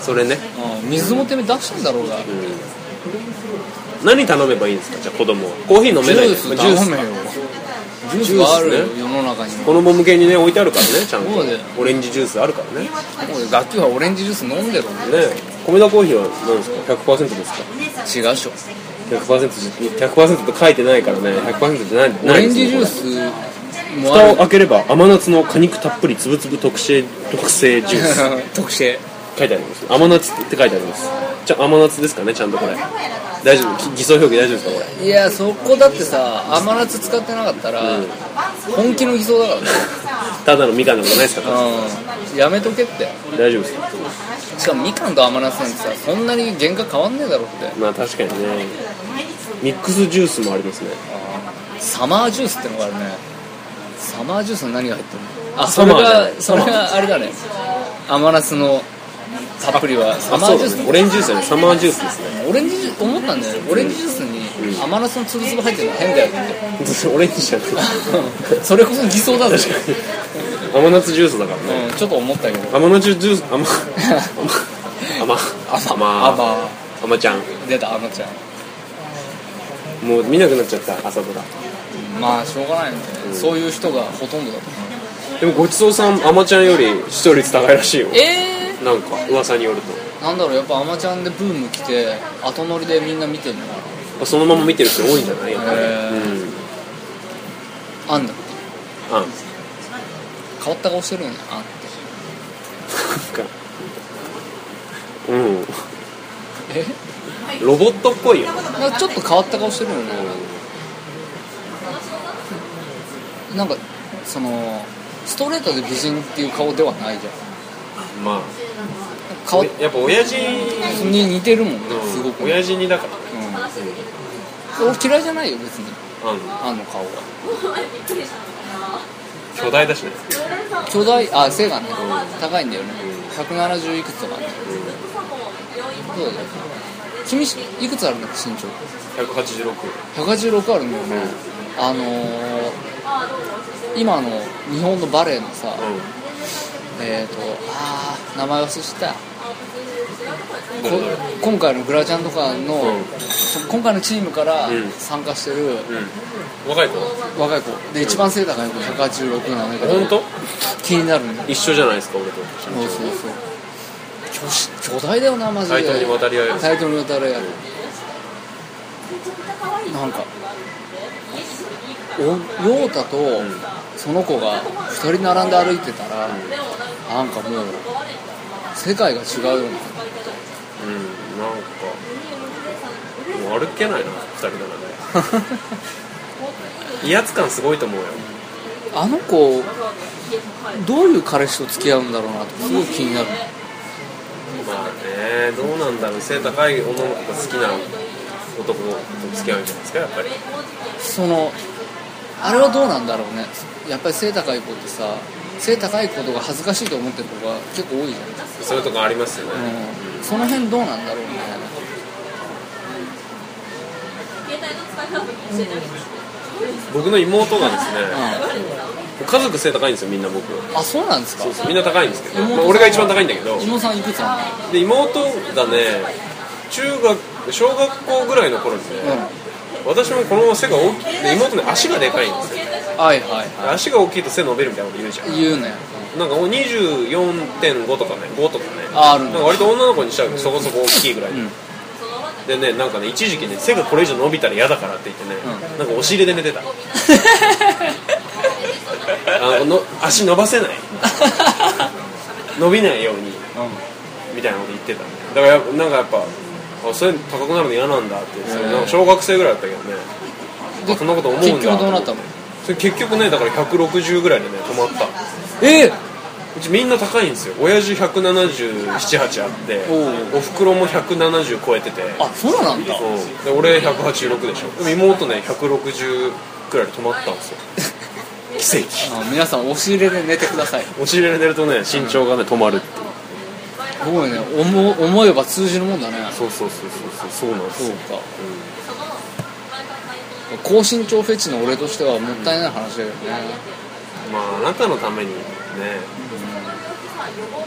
それねうん水もてめえ出したんだろうが、うん何頼めばいいんですかじゃあ子供はコーヒー飲ジめュないーですス頼めよジュースはあるよジュース世の中にも子供向けにね置いてあるからねちゃんそうだよとオレンジジュースあるからねね俺楽器はオレンジジュース飲んでるもん米田コーヒーは何ですか100%ですか違うでしょ 100%, 100%と書いてないからね100%じゃないオレンジジューススもあ蓋をる開ければ甘夏の果肉たっぷりつぶつぶ特製特製ジュース 特製書いてあります甘夏って書いてありますじゃ甘夏ですかねちゃんとこれ大丈夫偽装表記大丈夫ですかこれいやそこだってさ甘夏使ってなかったら、うん本気の偽装だからねただのみかんのことないですかうんやめとけって大丈夫ですかしかもみかんと甘夏なんてさそんなに原価変わんねえだろってまあ確かにねミックスジュースもありますねサマージュースってのがあるねサマージュースに何が入ってるのあサそれマーじゃないがそれがあれだね甘夏のたっぷりはサあマーそうジュでーすスのねオレンジジュースじゃないサマージュースですねオレンジジュース思ったんだよねオレンジジュースに甘夏のつぶつぶ入ってるの変だよっ オレンジじゃなくてて それこそ偽装だぜ、甘夏ジュースだからねうん、ちょっと思った けど甘夏ジュース甘甘あ甘ま甘ちゃんあ出たあのちゃんもう見なくなっちゃった朝ドラまあしょうがないよね、そういう人がほとんどだと思うでもごちそうさん甘ちゃんより視聴率高いらしいよええなんか噂によるとなんだろうやっぱアマちゃんでブーム来て後乗りでみんな見てるのかそのまま見てる人多いんじゃないやっぱりへーうんなあんだあん変わった顔してるよねあんってうんえロボットっぽいよなんかちょっと変わった顔してるよねなんかそのストレートで美人っていう顔ではないじゃんまあ顔にやっぱ親父似てるもんねすごく、親父にだからうん、俺嫌いじゃないよ別にあんあんの顔が巨大だしね巨大あ背がね、高いんだよね170いくつとかね、そうだよ君しいくつあるんだっけ身長186 186あるんだよね、あのー、今の日本のバレエのさ、うえっ、とあー名前忘れしたんこ今回のグラちゃんとかの、うん今回のチームからうん参加してるうん若い子若い子で一番背高い子186なんだけど本当気になるんだよ一緒じゃないですか俺とそうそうそう巨巨大だよなマジで対等に渡り合えるタイトル渡り合えるなんかお陽太とその子が2人並んで歩いてたら、なんかもう世界が違う うんなんよねかもう歩けないな二人ならね威圧感すごいと思うよあの子どういう彼氏と付き合うんだろうなってすごい気になるまあねどうなんだろう背高い女の子が好きな男と付き合うんじゃないですかやっぱりそのあれはどうなんだろうねやっぱり背高い子ってさ背高いことが恥ずかしいと思ってる子が結構多いじそういうとこありますよゃね、ん、うん、その辺どうなんだろうね僕の妹がですね、う家族背高いんですよみんな僕んあそうなんですかそうそうみんな高いんですけど、妹まあ、俺が一番高いんだけど妹さんいくつなで妹がね中学小学校ぐらいの頃にね、のうん私もこのまま背が大きいで妹ね足がでかいんですよはいはいは足が大きいと背伸びるみたいなこと言うじゃんい言うねなんかもう24.5とかね5とかねああるんなだん か割と女の子にしたらそこそこ大きいぐらいで、うんでねなんかね一時期ね背がこれ以上伸びたら嫌だからって言ってね、なんか押し入れで寝て たあのの足伸ばせない伸びないようにみたいなこと言ってたねだからやっぱなんかやっぱあそれ高くなるの嫌なんだってそれなんか小学生ぐらいだったけどねでそんなこと思うんだ結局どうなったのそれ結局ねだから160ぐらいでね止まったえうちみんな高いんですよ親父1778あっておうおふくろも170超えててあそうなんだそうで俺186でしょでも妹ね160くらいで止まったんですよ奇 跡あ皆さん押し入れで寝てください押し入れで寝るとね身長がね止まるってすごいね思う思えば通じるもんだねそうそうそうそうそうそうなんですそうよか、高身長フェチの俺としてはもったいない話だよね、まああなたのためにね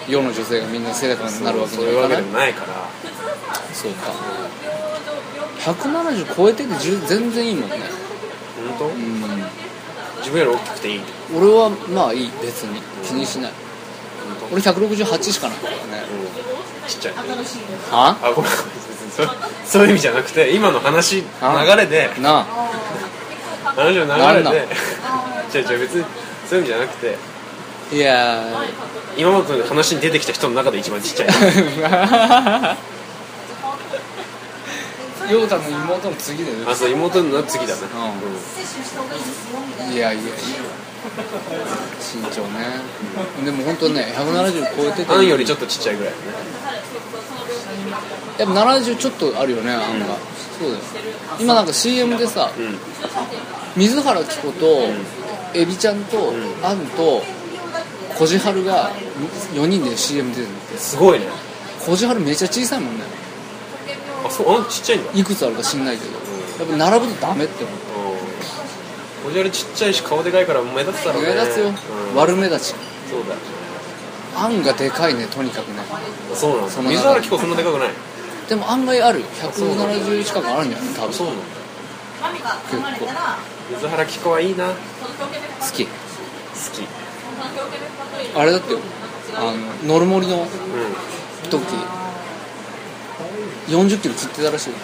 世の女性がみんな背高になるわけそうにいうはわいかけなでいもないからそうか170超えてて10全然いいもんね本うん当自分より大きくていい俺はまあいい別に気にしない俺168しかないからねちっちゃいはあごめん 別にそそういう意味じゃなくて今の話流あれでなあ話のなん流なれので 違う違う別にそういう意味じゃなくていやー今までの話に出てきた人の中で一番ちっちゃい陽太の妹の次だよあそう妹の次だねうんいやいやいや身長ねでも本当ね170超えててアンよりちょっとちっちゃいぐらいねやっぱ70ちょっとあるよね案が、そうだよ今なんか CM でさ、ん水原希子と、エビちゃんと、アンとこじはるが4人で CM 出てるのすごいねこじはるめっちゃ小さいもんねあそうあちっちゃいんだいくつあるか知んないけどやっぱ並ぶとダメって思うおじゃれちっちゃいし顔でかいから目立つだろうね目立つよ、うん悪目立ちそうだアンがでかいねとにかくねそうなんだその中で水原希子そんなでかくないでも案外あるよ170近くあるんじゃない多分そうなんだ結構水原希子はいいな好好ききあれだってよあのノルモリのうん時40キロ釣ってたらしいよ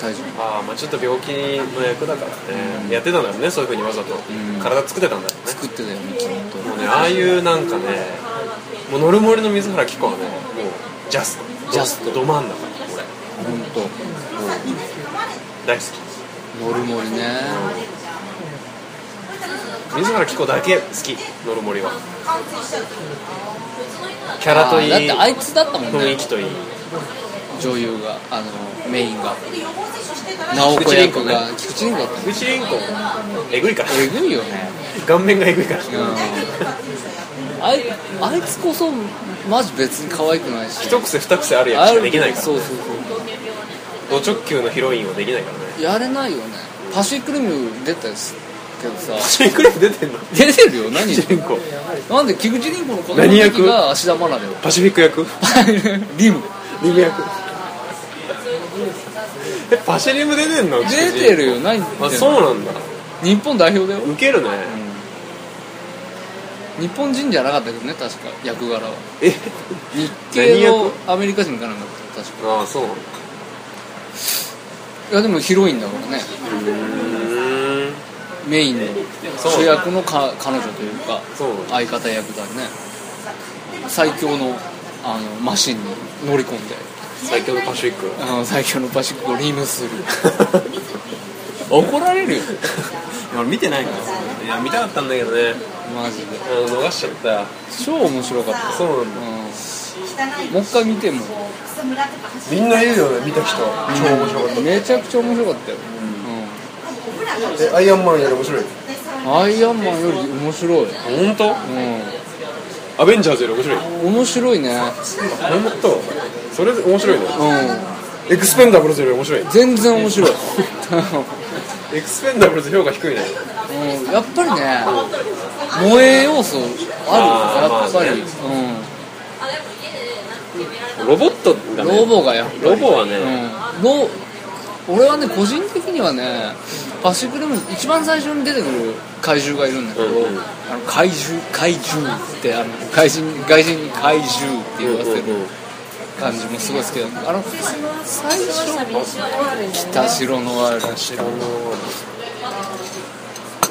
体重ああまあちょっと病気の役だからね、やってたんだろうねそういうふうにわざと、ん体作ってたんだろうね作ってたよねきっともうねああいうなんかねもうノルモリの水原希子はねもうジャストジャストど真ん中俺本当大好ノルモリねき水原希子だけ好きノルモリはキャラといいあーだってあいつだったもん雰囲ね気といい女優があのメインが直直子子役役がが菊池凛子だった菊池凛子えぐいからえぐいよね顔面がえぐいからあいあいつこそマジ別に可愛くないし一癖二癖ある役あしるかできないからそうそうそド直球のヒロインはできないからねうやれないよねパシフィックリム出たやつけどさシークレ出てんの出てるよ何菊池凛子なんで菊池凛子の子供の何時役が芦田愛菜だよパシフィック役 リムリム役えパシリム出てんの出てるよ何言あってんそのうなんだ日本代表だよウケるね、日本人じゃなかったけどね確か役柄はえ日系何のアメリカ人かなんかだった確かああそうなんだいやでもヒロインだからねうーんメインのそう主役のか彼女というかそうなんだ相方役だね最強のあのマシンに乗り込んで最強のパシフィックあの最強のパシックをリムする怒られるよ 俺見てないからいや見たかったんだけどねマジであの逃しちゃった超面白かったそうなんだう汚いんもう一回見ても草むらとか走ってみんな言うよね見た人超面白かっめちゃくちゃ面白かったよ、たえアイアンマンより面白いうん、アイアンマンより面白い、本当うアベンジャーズより面白いん、面白いね本当それ面白いねうエクスペンダブルズより面白いん全然面白い、エクスペンダブルズ評価低いねうん、やっぱりね萌え要素あるよやあーっぱり、ロボットだうん、ねロボがやっぱりロボはね、うん、ロ俺はね個人的にはねパシフィックリム一番最初に出てくる怪獣がいるんだけど、うんうんあの怪獣怪獣ってあの外人外人に怪獣って言わせる感じもすごい好きだあの最初北城のあるあ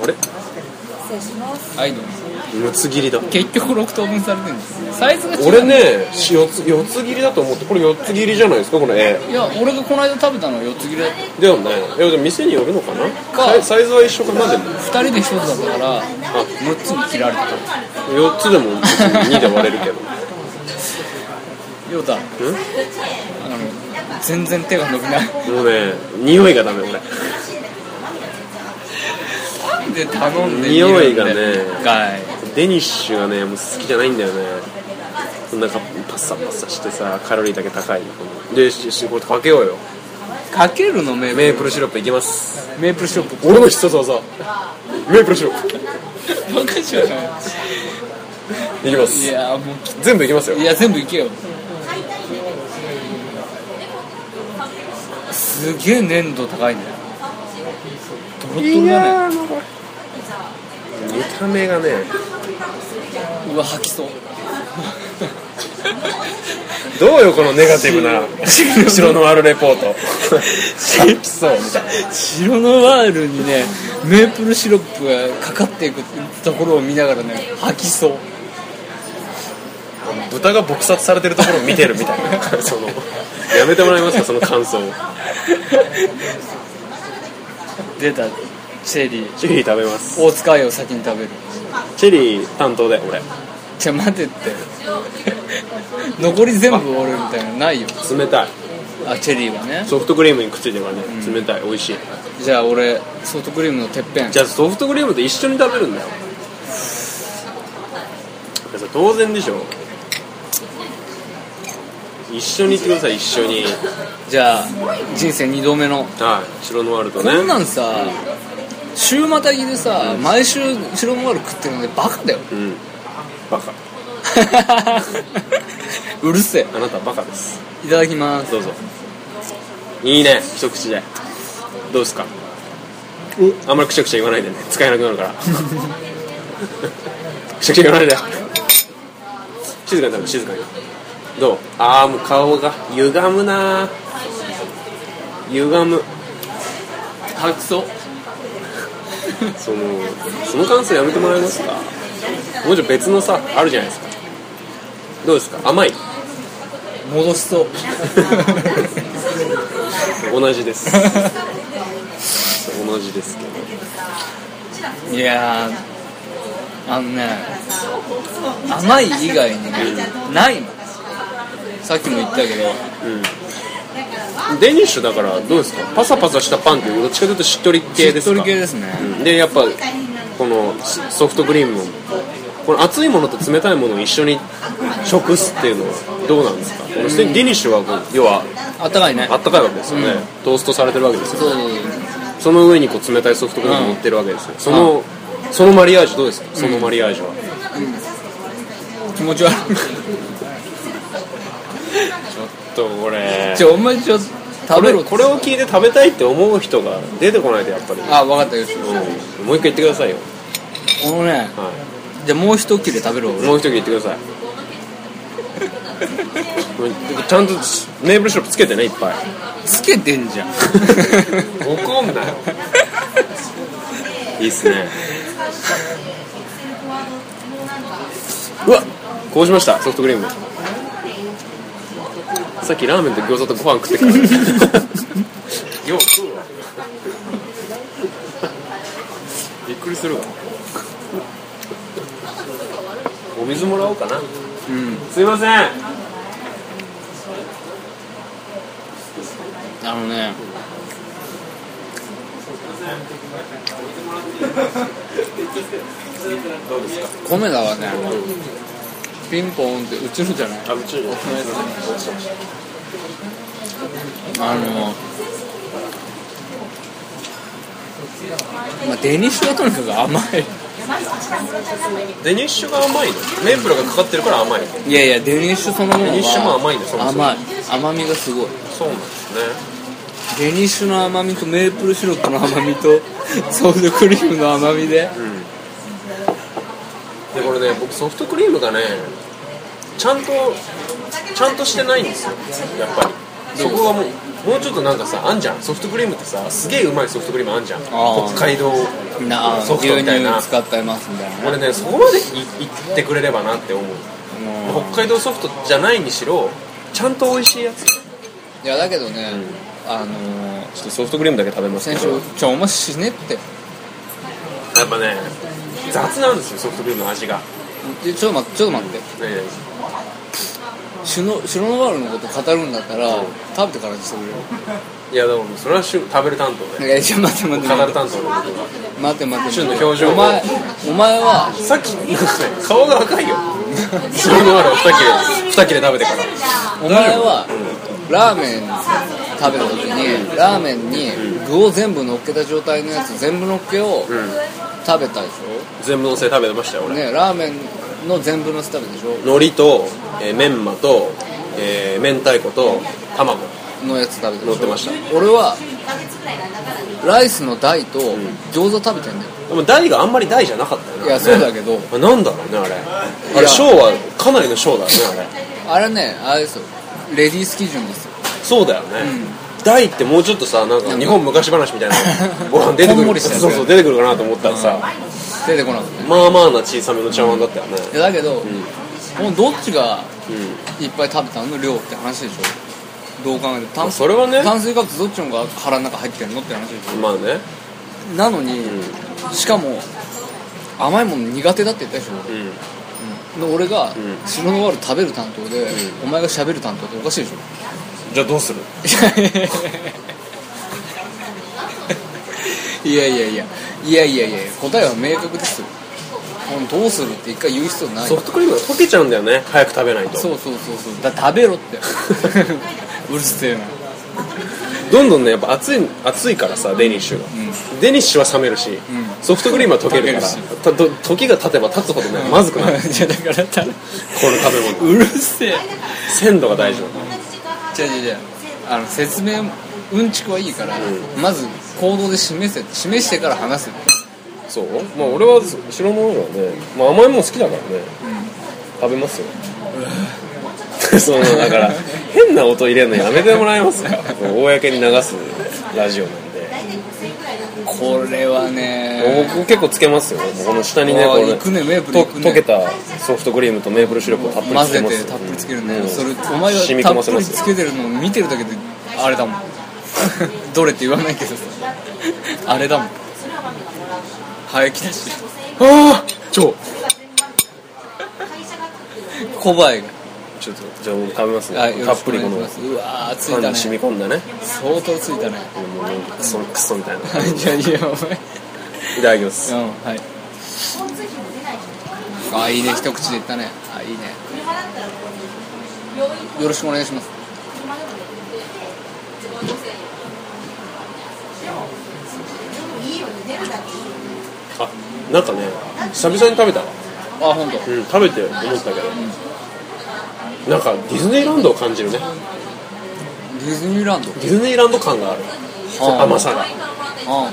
れアイドル四つ切りだ結局6等分されてるんですよサイズが違う俺ねし四つ四つ切りだと思ってこれ四つ切りじゃないですかこの絵いや俺がこの間食べたのは4つ切れだっではないいやでも店によるのかなサイサイズは一緒かなでもた2人で1つだったから6つに切られた四つでも別に二で割れるけどようたあの全然手が伸びないもうね匂いがダメ俺で頼んでみるん匂でいがね一回デニッシュがねもう好きじゃないんだよねなんかパッサパッサしてさカロリーだけ高いでししこれかけようよかけるのメープメープルシロップいきますルメープルシロップ俺の必殺技メープルシロップバカじゃないいきまいすやも全部いきますよういや全部いけよすげえ粘度高いんだよドロッドロだね見た目がねうわ吐きそうどうよこのネガティブな後ろのあるレポート吐きそうみたいな白のワールにねメープルシロップがかかっていくところを見ながらね吐きそう豚が撲殺されてるところを見てるみたいなそのやめてもらえますかその感想 出たチェリーチェリー食べます大塚愛を先に食べるチェリー担当で俺じゃ待てって 残り全部俺みたいなのないよ冷たいあチェリーはねソフトクリームにくっついてるからね、冷たい美味しいじゃあ俺ソフトクリームのてっぺんじゃあソフトクリームと一緒に食べるんだよいやそれ当然でしょ一緒に行ってください一緒にじゃあ人生2度目のはい白ノワールとねこんなんさ週またぎでさ毎週白ノワール食ってるのでバカだよ うんバカうるせえあなたバカですいただきますどうぞいいね一口でどうですかあんまりくしゃくしゃ言わないでね使えなくなるから くしゃくしゃ言わないで静かに食べる静かにどうああもう顔が歪むな歪む吐きそうそのその感想やめてもらえますかもうちょい別のさあるじゃないですかどうですか甘い戻しそう同じです同じですけどいやーあのね甘い以外にねないのさっきも言ったけどデニッシュだからどうですかパサパサしたパンっていうどっちかというとしっとり系ですしっかとり系ですね、うんでやっぱこのソソフトクリームもこの熱いものと冷たいものを一緒に食すっていうのはどうなんですかこのデニッシュはこう要はあったかいねあったかいわけですよね、トーストされてるわけですよそうそうその上にこう冷たいソフトクリーム乗ってるわけですよそのそのマリアージュどうですかそのマリアージュは、そう気 持ち悪いとこれちょお前ちょこ食べろれってこれを聞いて食べたいって思う人が出てこないとやっぱり、あ分かったようんもう一回言ってくださいよ、このねはじゃあもう一切れ食べろい、俺もう一人言ってくださいもうちゃんとメープルシロップつけてねいっぱいつけてんじゃん怒んな よいいっすねうわこうしましたソフトクリームさっきラーメンと餃子とご飯食ってからよう食うわびっくりするわお水もらおうかなうんすいませんはあのねコメダはねピンポンって打ちるじゃないあのまあデニッシュはとにかく甘いデニッシュが甘いのメープルがかかってるから甘いのいやいやデニッシュそのものはデニッシュも甘いねそもそも甘い甘みがすごいそうなんですねデニッシュの甘みとメープルシロップの甘みとソフトクリームの甘みででこれね僕ソフトクリームがねちゃんとちゃんとしてないんですよやっぱりそこはもうもうちょっとなんかさあんじゃんソフトクリームってさすげえうまいソフトクリームあんじゃんー北海道なあソフトみたいな牛乳使ってますみたいな俺ねそこまでいいってくれればなって思ううん北海道ソフトじゃないにしろちゃんと美味しいやつちょいやだけどね、あのー、っとソフトクリームだけ食べま先週ちょお前死ねってやっぱね雑なんですよソフトクリームの味がでちょっと待ってちょっと待って何々シュノシュノワールのこと語るんだったら食べてからにしてくれよいやでもそれはシュ食べる担当でいやちょ待って待って語待っるて担当のことが待って待ってシュンの表情をお前お前はさっき言いましたね顔が赤いよそれのある二切れ二切れ食べてからお前はラーメン食べた時にラーメンに具を全部乗っけた状態のやつ全部乗っけをうん食べたでし全部のせ食べてましたよょ俺ねラーメンの全部のせ食べたでしょ海苔と、えーメンマと、えー明太子と卵のやつ食べたでしょ乗ってました俺は1ヶ月ぐらいがだからねライスの台と餃子食べてんだよ、でも台があんまり台じゃなかったよねいやそうだけどあなんだろうねあれあいれや賞はかなりの賞だよねあれあれねあれですよレディース基準ですよそうだよね、台ってもうちょっとさなんか日本昔話みたいなご飯出てほんくるもりしたやつそうそう出てくるかなと思ったらさ、出てこなくてねまあまあな小さめの茶碗だったよねいやだけど、もうどっちがういっぱい食べたの量って話でしょどう考えても炭それはね炭水化物どっちの方が腹の中入ってるのって話でしんまあねょなのに、しかも甘いもの苦手だって言ったでしょうんで俺がん白のワール食べる担当で、お前が喋る担当っておかしいでしょじゃあどうするいやいやいやいやいやいやいや答えは明確ですよもうどうするって一回言う必要ないソフトクリームが溶けちゃうんだよね早く食べないとそうそうそうそうだ食べろって うるせえなどんどんねやっぱ熱い熱いからさデニッシュが、デニッシュは冷めるし、ソフトクリームは溶けるから溶けたると時が経てば経つほどねまずくなる、こじゃあだからたの食べ物うるせえ鮮度が大事なの違う違う違うあの説明もうんちくはいいから、まず行動で示せ示してから話せそうまあ俺は白物はね、まあ、甘いもの好きだからね、食べますよそのだ から変な音入れるのやめてもらえますかもう公に流すラジオなんで大体5000円ぐらいだとこれはね僕結構つけますよこの下にねあーこれいくねメープとルいくね溶けたソフトクリームとメープルシロップをたっぷり混つけぜまてすたっぷりつけるね、うんそれお前染み込がたまっせぷまりすよつけてるのを見てるだけであれ だもんどれって言わないけどさあれだもん生えきだしああちょ会社が小バエがちょっとじゃあもう食べますはいねよたろっしぷくりお願こいしのますうわーついパンたに染ねみ込んだね相当ついたもうクねソクソみたいない はいじゃあいやお前ただきますうんはい交通費も出ないしあーいいね一口でいったねあーいいね車だったらこう病院よろしくお願いします車でも出て自分のせいでもでもいいよね出るだけいいよねあなんかね久々に食べたわあ本当。うん食べて思ったけどなんかディズニーランドを感じるねディズニーランドディズニーランド感があるあー甘さがああ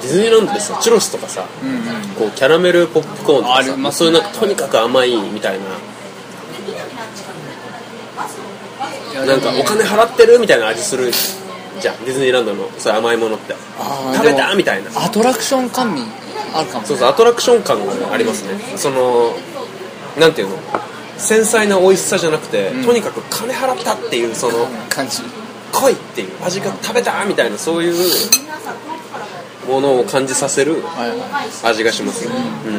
ディズニーランドでさチュロスとかさうんうんこうキャラメルポップコーンとかあさりますそういうなんかとにかく甘いみたいななんかお金払ってるみたいな味するじゃんディズニーランドのそういう甘いものってあー食べでたもみたいなアトラクション感味あるかもねそうそうアトラクション感がねありますねそのなんていうの繊細な美味しさじゃなくて、とにかく金払ったっていうその感じ濃いっていう味が食べたみたいなそういうものを感じさせるはいはい味がしますね、うん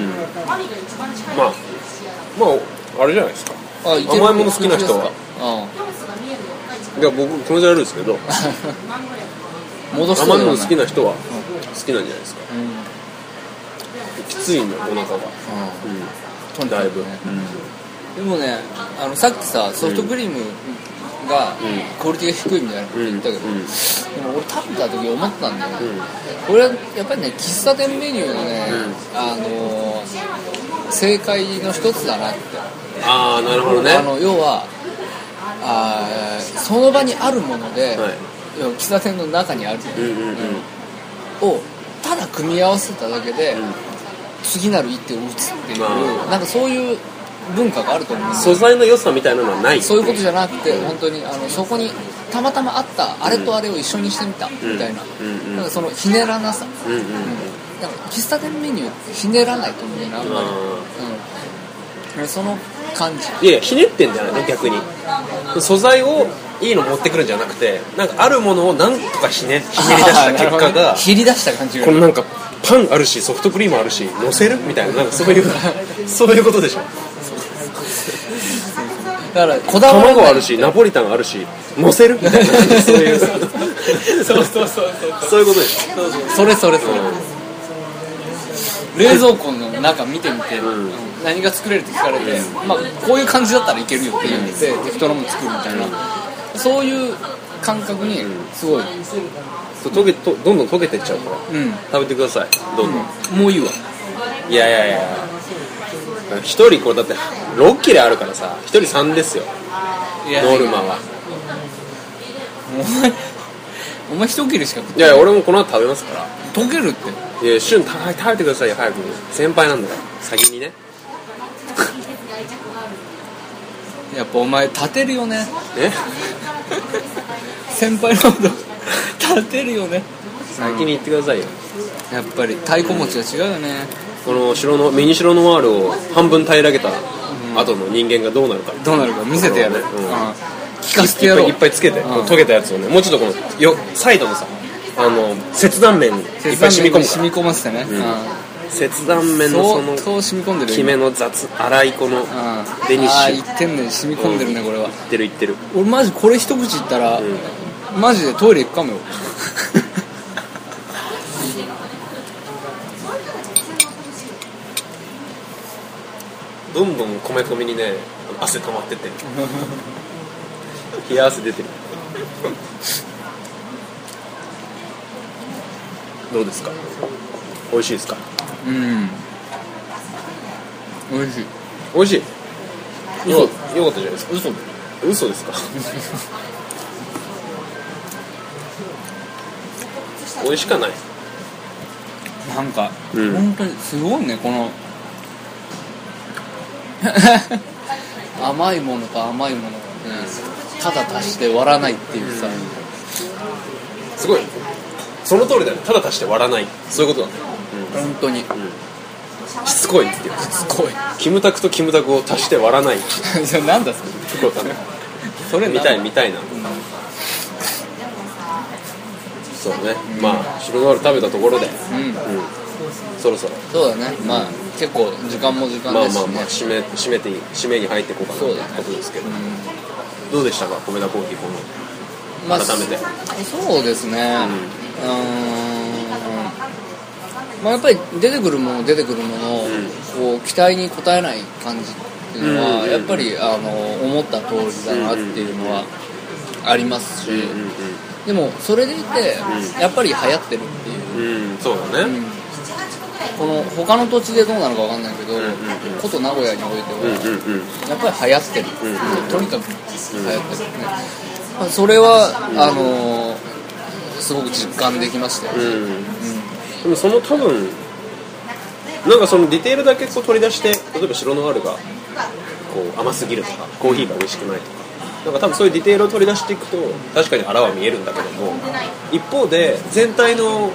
まあまああれじゃないですかあいける甘いもの好きな人はういや僕気持ち悪いですけどん戻して甘いもの好きなな人は好きなんじゃないですか、きついのお腹が、とにかくねだいぶ、でもねあのさっきさソフトクリームがクオリティが低いみたいなこと言ったけど、うんうんでも俺食べた時思ったんだよね、これはやっぱりね喫茶店メニューのね、あのー正解の一つだなって、ああなるほどねあの要はあーその場にあるものはで、い要は喫茶店の中にあるもの、うんうんうんをただ組み合わせただけで、ん次なる一手を打つっていう、まあなんかそういう文化があると思うんですよ素材の良さみたいなのはないそういうことじゃなくて本当にあのそこにたまたまあったあれとあれを一緒にしてみたみたいな,、うんうんなんかそのひねらなさ、うんうんうんなんか喫茶店メニューってひねらないと思うよねあんまり、うん、その感じいやいやひねってんじゃないの逆に素材をいいの持ってくるんじゃなくてなんかあるものをなんとかひね ひねり出した結 あーな果るほど がねひり出した感じがこのなんかパンあるしソフトクリームあるし乗せるみたいななんかそういうそういうことでしょだからこだわらない卵あるしナポリタンあるし乗せるみたいなそういうそうそうそうそういうことでしょそれそれそれ、冷蔵庫の中見てみて、何が作れるって聞かれて、まあ、こういう感じだったらいけるよって言って適当なもの作るみたいな、そういう感覚にすごい、そう溶けとどんどん溶けてっちゃうからう食べてくださいどんどん、ん、もういいわいやいやいや一人これだって6切れあるからさ一人3ですよいノルマは お前一切れしか食っいてやいないや俺もこの後食べますから溶けるっていや旬食べ食べてくださいよ早く先輩なんだから先にねやっぱお前立てるよねね先輩のこと 立てるよね先に行ってくださいよやっぱり太鼓持ちが違うよねこの白のミニ白のワールを半分平らげた後の人間がどうなるかどうなるか見せてやる、うんうん聞かせてやろういっぱいいっぱいつけて、うんこう溶けたやつをねもうちょっとこのよサイドのさあの切断面にいっぱい染み込むか染み込ませてね、うんら切断面のそ相の当染み込んでる決めの雑粗いこの今うんデニッあシあュいってんね染み込んでるねこれは、いってるいってる俺マジこれ一口いったら、マジでトイレ行 くかもよどんどんこめこめにね汗溜まってってる冷や汗出てるどうですか美味しいですかうん美味しい美味しいよよかったじゃないですか嘘だ嘘です か美味しかないなんか、うん本当にすごいね この甘いものと甘いものがねただ足して割らないっていうさ、すごいその通りだよただ足して割らないそういうことだね本当に しつこいっていうすごいキムタクとキムタクを足して割らないじゃあなんだそれそれみたいなみたいな、そうね、まあ白ノール食べたところで、うんそろそろそうだねまあ結構時間も時間まあですしまね、あまあ締め締めていい締めに入っていこうかなとそいううだねことですけど、どうでしたか米田コーヒーこのまあ改めてそうですねうーんまあやっぱり出てくるもの出てくるものをんこう期待に応えない感じっていうのうんうんうはんやっぱりあの思った通りだなっていうのはありますしでもそれでいてやっぱり流行ってるっていううんうん、うん、そうだね、この他の土地でどうなのかわかんないけどんうん古都名古屋においてうん、うんはうんうんやっぱり流行ってる、んとにかく流行ってる、ねまあ、それは、あのーすごく実感できましたよ、でもその多分なんかそのディテールだけこう取り出して例えば白のワールがこう甘すぎるとかコーヒーが美味しくないとかなんか多分そういうディテールを取り出していくと確かに腹は見えるんだけども一方で全体の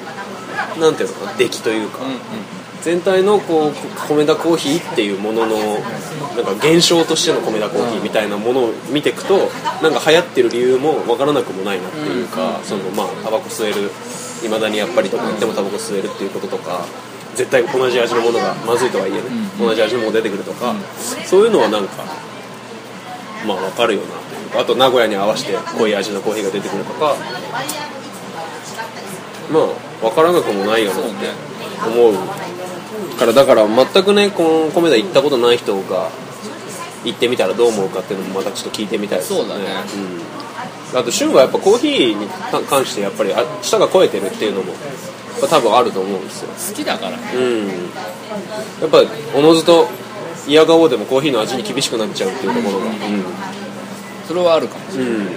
なんていうのかな出来というか、全体のこうこ米田コーヒーっていうもののなんか現象としての米田コーヒーみたいなものを見ていくとなんか流行ってる理由もわからなくもないなっていうかそのまあタバコ吸えるいまだにやっぱりどこ行ってもタバコ吸えるっていうこととか絶対同じ味のものがまずいとはいえね同じ味のもの出てくるとかそういうのはなんかまあわかるよなというかあと名古屋に合わせて濃い味のコーヒーが出てくるとかまあわからなくもないよなって思うからだから全くねこの米田行ったことない人が行ってみたらどう思うかっていうのもまたちょっと聞いてみたいですよねそうだねうん、あと旬はやっぱコーヒーに関してやっぱりあ舌が肥えてるっていうのもやっぱ多分あると思うんですよ好きだからねうんやっぱおのずと嫌顔でもコーヒーの味に厳しくなっちゃうっていうところがそれはあるかもしうんうんれない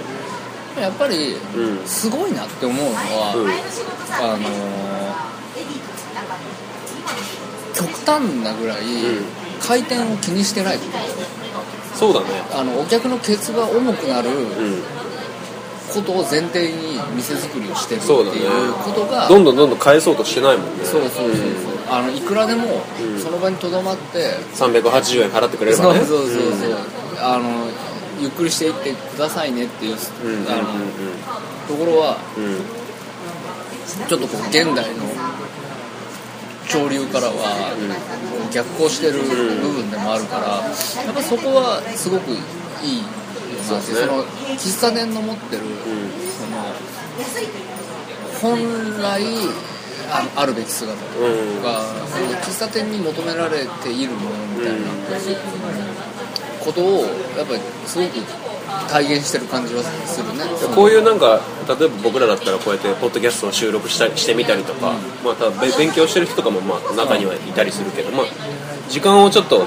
やっぱりうんすごいなって思うのは、うんあのー極端なぐらいん回転を気にしてないそうだねあのお客のケツが重くなるうんことを前提に店作りをしてるってそうだねいうことがどんどんどんどん返そうとしてないもんねそうそうそうそう、あのいくらでもんその場にとどまって、 380円払ってくれれそばうねそうそうそう、あのゆっくりしていってくださいねっていう、うんうんうんあのところはうんうんちょっとこう現代の潮流からは、逆行してる部分でもあるから、やっぱそこはすごくいいよなってそうねその喫茶店の持ってる、その本来ああるべき姿とうんがその喫茶店に求められているものみたいなことをやっぱりすごく体現してる感じはするねこういうなんか例えば僕らだったらこうやってポッドキャストを収録したりしてみたりとか、まあ、ただべ勉強してる人とかもまあ中にはいたりするけど、まあ、時間をちょっと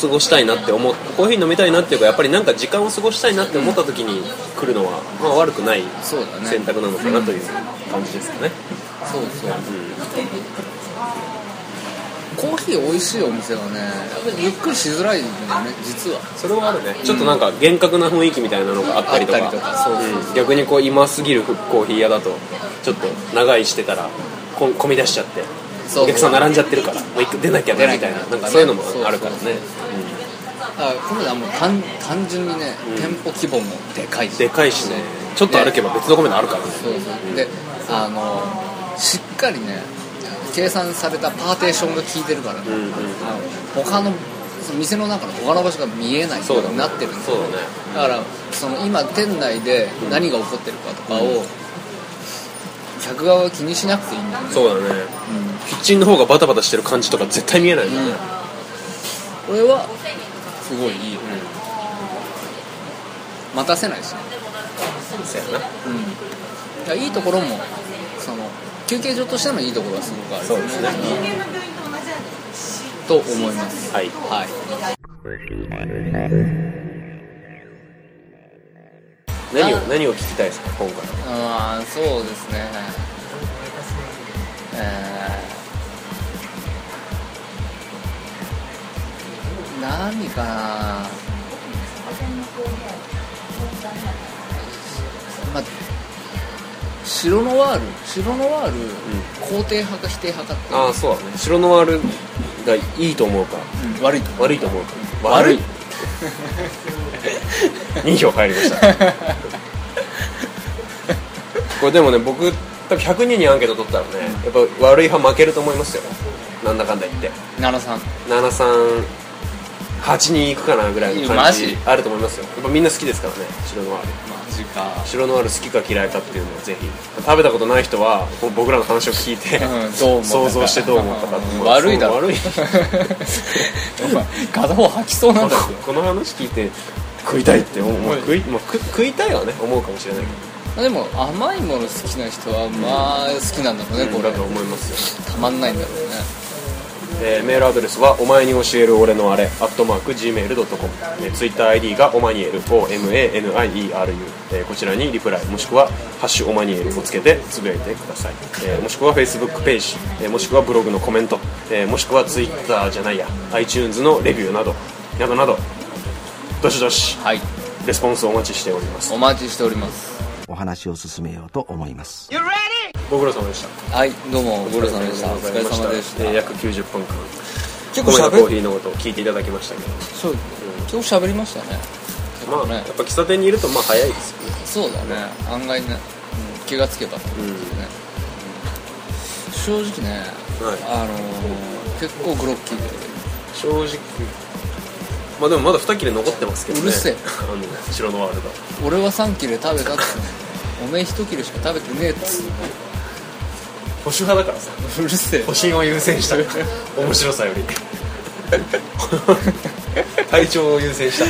過ごしたいなって思っコーヒー飲みたいなっていうかやっぱりなんか時間を過ごしたいなって思った時に来るのは、まあ、悪くないそうだね選択なのかなという感じですかね、そうそううコーヒー美味しいお店はねゆっくりしづらいんだよね実はん、それはあるねちょっとなんか厳格な雰囲気みたいなのがあったりとかあったりとかそうそううん逆にこう今すぎるコーヒー屋だとちょっと長居してたらこん混み出しちゃってそうお客さん並んじゃってるからもう一回出なきゃ出ねなみきゃたいななんかそういうのもあるからねそうそうあこれはもう単単純にね、うん店舗規模もでかいうんしでかいしねちょっと歩けば別の米のあるからねそうそうであのしっかりね計算されたパーテーションが効いてるからね、うんうんあの他のその店の中の他の場所が見えないよそううだにねなってるんですそうよだねだからその今店内で何が起こってるかとかを、客側は気にしなくていいんだよね、そうだねキッチンの方がバタバタしてる感じとか絶対見えないもんねうんこれはすごいいいよね、待たせないしねそうやなうん、いやいいところもその休憩所としてのいいところはすごくあるそうですね人間の病院と同じなとんだよね思いますはいはい何を何を聞きたいですか今回あーそうですねえー、何かなまあ白のワール白のワール、肯定派か否定派かっていうああそうだね白ノワールがいいと思うかうん悪いと 悪いと思うか悪 い2票入りましたこれでもね僕多分100人にアンケート取ったらねやっぱ悪い派負けると思いますよなんだかんだ言って奈良さん738人いくかなぐらいのマ感ジじあると思いますよやっぱみんな好きですからね白ノワールマジ か白ノワール好きか嫌いかっていうのをぜひ食べたことない人はこう僕らの話を聞いて、うんどう思ったか想像してどう思ったかってうん悪いだろ悪いお前片方吐きそうなんだよこの話聞いて食いたいって思うもう食いもう食食いたいはね思うかもしれないでも甘いもの好きな人はまあ好きなんだろうねけど、これだと思いますよ、たまんないんだろうねえーメールアドレスはお前に教える俺のあれアットマーク Gmail.com、えー、TwitterID がおまにえる OMANIERU、えーこちらにリプライもしくは「ハッシュおまにえる」をつけてつぶやいてください、えーもしくは Facebook ページ、えーもしくはブログのコメント、えーもしくは Twitter じゃないや iTunes のレビューなどなどなどどしどしはいレスポンスをお待ちしておりますお待ちしておりますお話を進めようと思います。ご苦労様でしたはいどうもご苦労様でしたおお疲疲れれ様様ででししたた約90分間コ結構メしダゃコーべヒりーのことを聞いていただきましたけどそう結構しゃべりましたねまあ、ねやっぱ喫茶店にいるとまあ早いですよねそうだね案外ね、うん気がつけばってことですね、正直ね、はいあのー結構グロッキーで正直まあでもまだ2切れ残ってますけどねうるせあえの白のワールド俺は3切れ食べたっつうのおめえ1切れしか食べてねえっつう保守派だからさのうるせえ保身を優先した面白さより 体調を優先した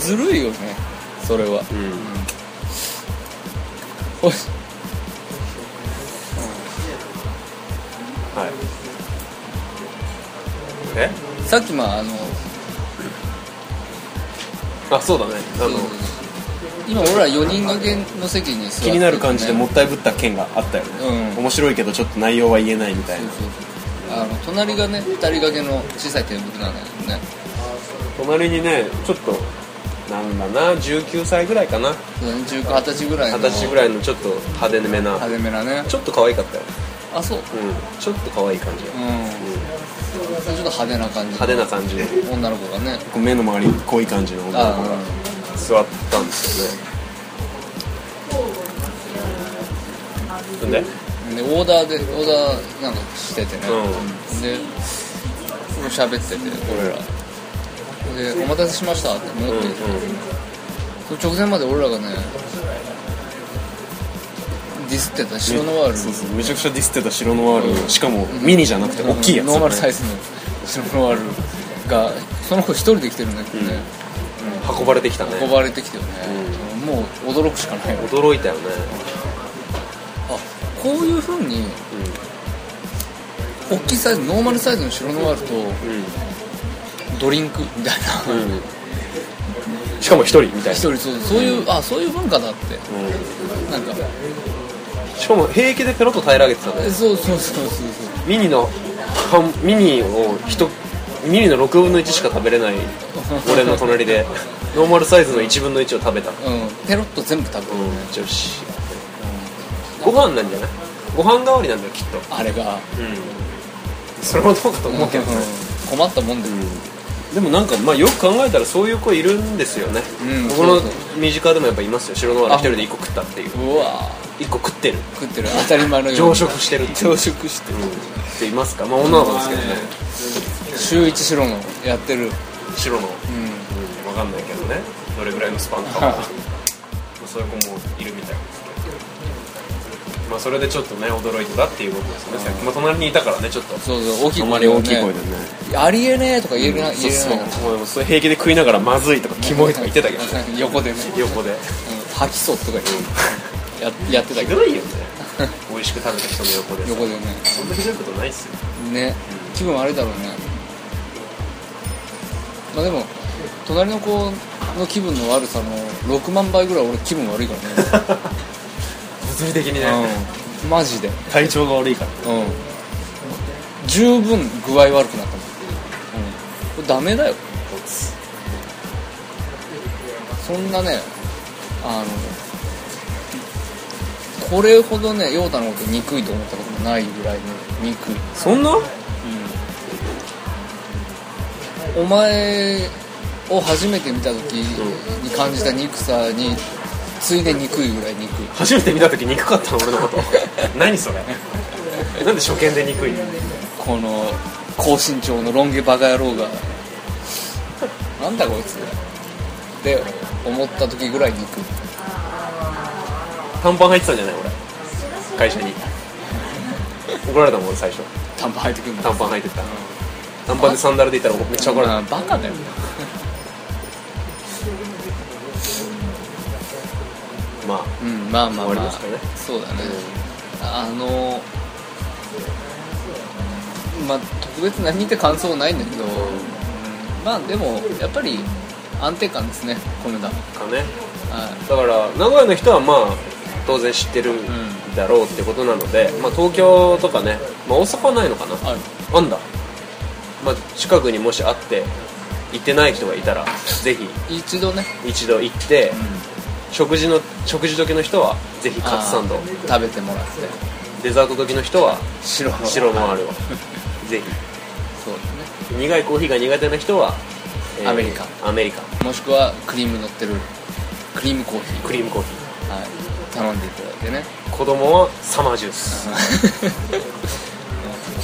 ずるいよねそれはうんほしはいえさっきまああのあそうだねあの今俺ら4人掛けの席に座って、気になる感じでもったいぶった件があったよね、うん面白いけどちょっと内容は言えないみたいそうなそうそうあの隣がね2人掛けの小さいテーブルなんだけどね隣にねちょっとなんだな19歳ぐらいかなそうだね19 20歳ぐらいの二十歳ぐらいのちょっと派手めな派手めなねちょっと可愛かったよ、あそううん、ちょっと可愛い感じ、ううんん、ちょっと派手な感じ派手な感じで女の子がね目の周りに濃い感じの女の子があ座ったんですよねんであでオーダーでオーダーなんかしててね、うで喋ってて俺らで「お待たせしました」って戻ってきて、直前まで俺らがねディスってた白のワールそうそうめちゃくちゃディスってた白のワール、しかもミニじゃなくて大きいやつ、ノーマルサイズの白のワールがその子一人で来てるんだけどね、運ばれてきたね運ばれてきてよね、もう驚くしかないよ驚いたよねあこういうふうに、大きいサイズノーマルサイズの白ノワールと、ドリンクみたんいな、しかも一人みたい一な人 そうそういうあそういう文化だって、なんかしかも平気でペロッと平らげてたねえそうそうそうそうミニの半ミニを一ミニの6分の1しか食べれない俺の隣でノーマルサイズの1分の1を食べたそううんペロッと全部食べる、女子ご飯なんじゃないご飯代わりなんだよきっとあれがそれもどうかと思うけど、うん困ったもんで、でもなんかまあよく考えたらそういう子いるんですよね、うんここのそう身近でもやっぱいますよ白の原一人で1個食ったっていううわ1個食ってるー食ってる当たり前のように常食してるっていう常食してるっていますかまあ女の子ですけどね週一白のやってる白のうん分かんないけどねどれぐらいのスパンかはまあそういう子もいるみたいですけどまあそれでちょっとね驚いてたっていうことですねさっきまあ隣にいたからねちょっとそうそう大きあい声まり大きい声でねありえねえとか言えるな、そ言うえるそなうもうそれ平気で食いながらまずいとかキモいとか言ってたけどねど横でね、横でうん、吐きそうとか言うややってたひけどどいよね美味しく食べた人の横でさ横でねそんなひどいことないっすよね気分悪いだろうねまあでも隣の子の気分の悪さの6万倍ぐらい俺気分悪いからね物理的に うんマジで体調が悪いからうん十分具合悪くなったもん、これダメだよそんなねあのこれほどね陽太のこと憎いと思ったこともないぐらいに憎いそんなお前を初めて見た時に感じた憎さに次いで憎いぐらい憎い初めて見た時憎かったの俺 のこと何それなんで初見で憎いのこの高身長のロン毛バカ野郎がなんだこいつって思った時ぐらい憎い短パン入ってたんじゃない俺会社に怒られたもん俺最初短パン履いてくるんだ短パン履いてった短パンでサンダルでいたらめっちゃ怒られたあバカだよねまあうんまあまあまあ終わりますかねそうだね、あのまあ特別何って感想はないんだけど、まあでもやっぱり安定感ですねこのだかねはだから名古屋の人はまあ当然知ってるだろうってことなので、まあ、東京とかね、まあ、大阪はないのかないあるあんだ、まあ、近くにもしあって行ってない人がいたらぜひ一度ね一度行って、食事の食事時の人はぜひカツサンドあー食べてもらってデザート時の人は白白のあ るをぜそうだねひ苦いコーヒーが苦手な人は、アメリカアメリカもしくはクリーム乗ってるクリームコーヒクリームコーヒーー、はい、頼んでいただいてね子供はサマージュース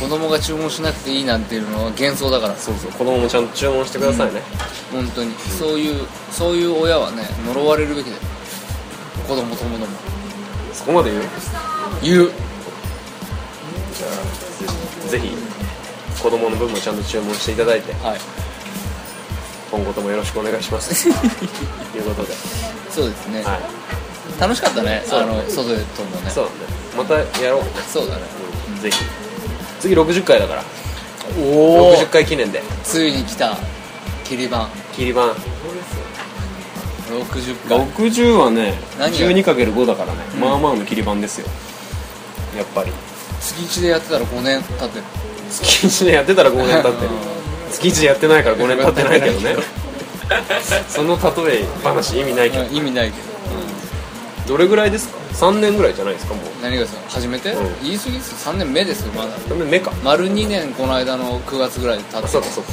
子供が注文しなくていいなんていうのは幻想だからそうそう子供もちゃんと注文してくださいね、本当にそういうそういう親はね呪われるべきだよ子供ともどもそこまで言う言うぜひ子供の分もちゃんと注文していただいてはい今後ともよろしくお願いします ということで、そうですね、は楽しかったねそうあだねの外で飛んだねい、そうだねまたやろうそうだねぜひ次60回だからお60回記念でついに来た切り板切り番60回60はね何が 12×5 だからね、まあまあの切り番ですよやっぱり月1でやってたら5年経ってる月1でやってたら5年経ってる月1でやってないから5年経ってないけど ねその例え話意味ないけどうん意味ないけどどれぐらいですか3年ぐらいじゃないですかもう何がですか初めて、うん言い過ぎですよ3年目ですよまだ3年目か丸2年この間の9月ぐらいで経ってあそうかそうか、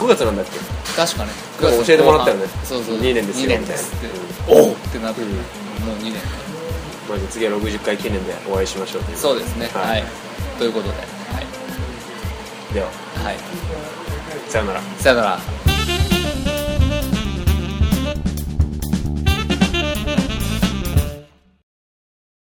9月なんだっけ確かねでも9月の後半教えてもらったよねそうそう2年ですよ2年ですっておっってなって、もう2年まあ、じゃあ次は60回記念でお会いしましょうといそうですねははいい、ということではい、でははい、さようならさよなら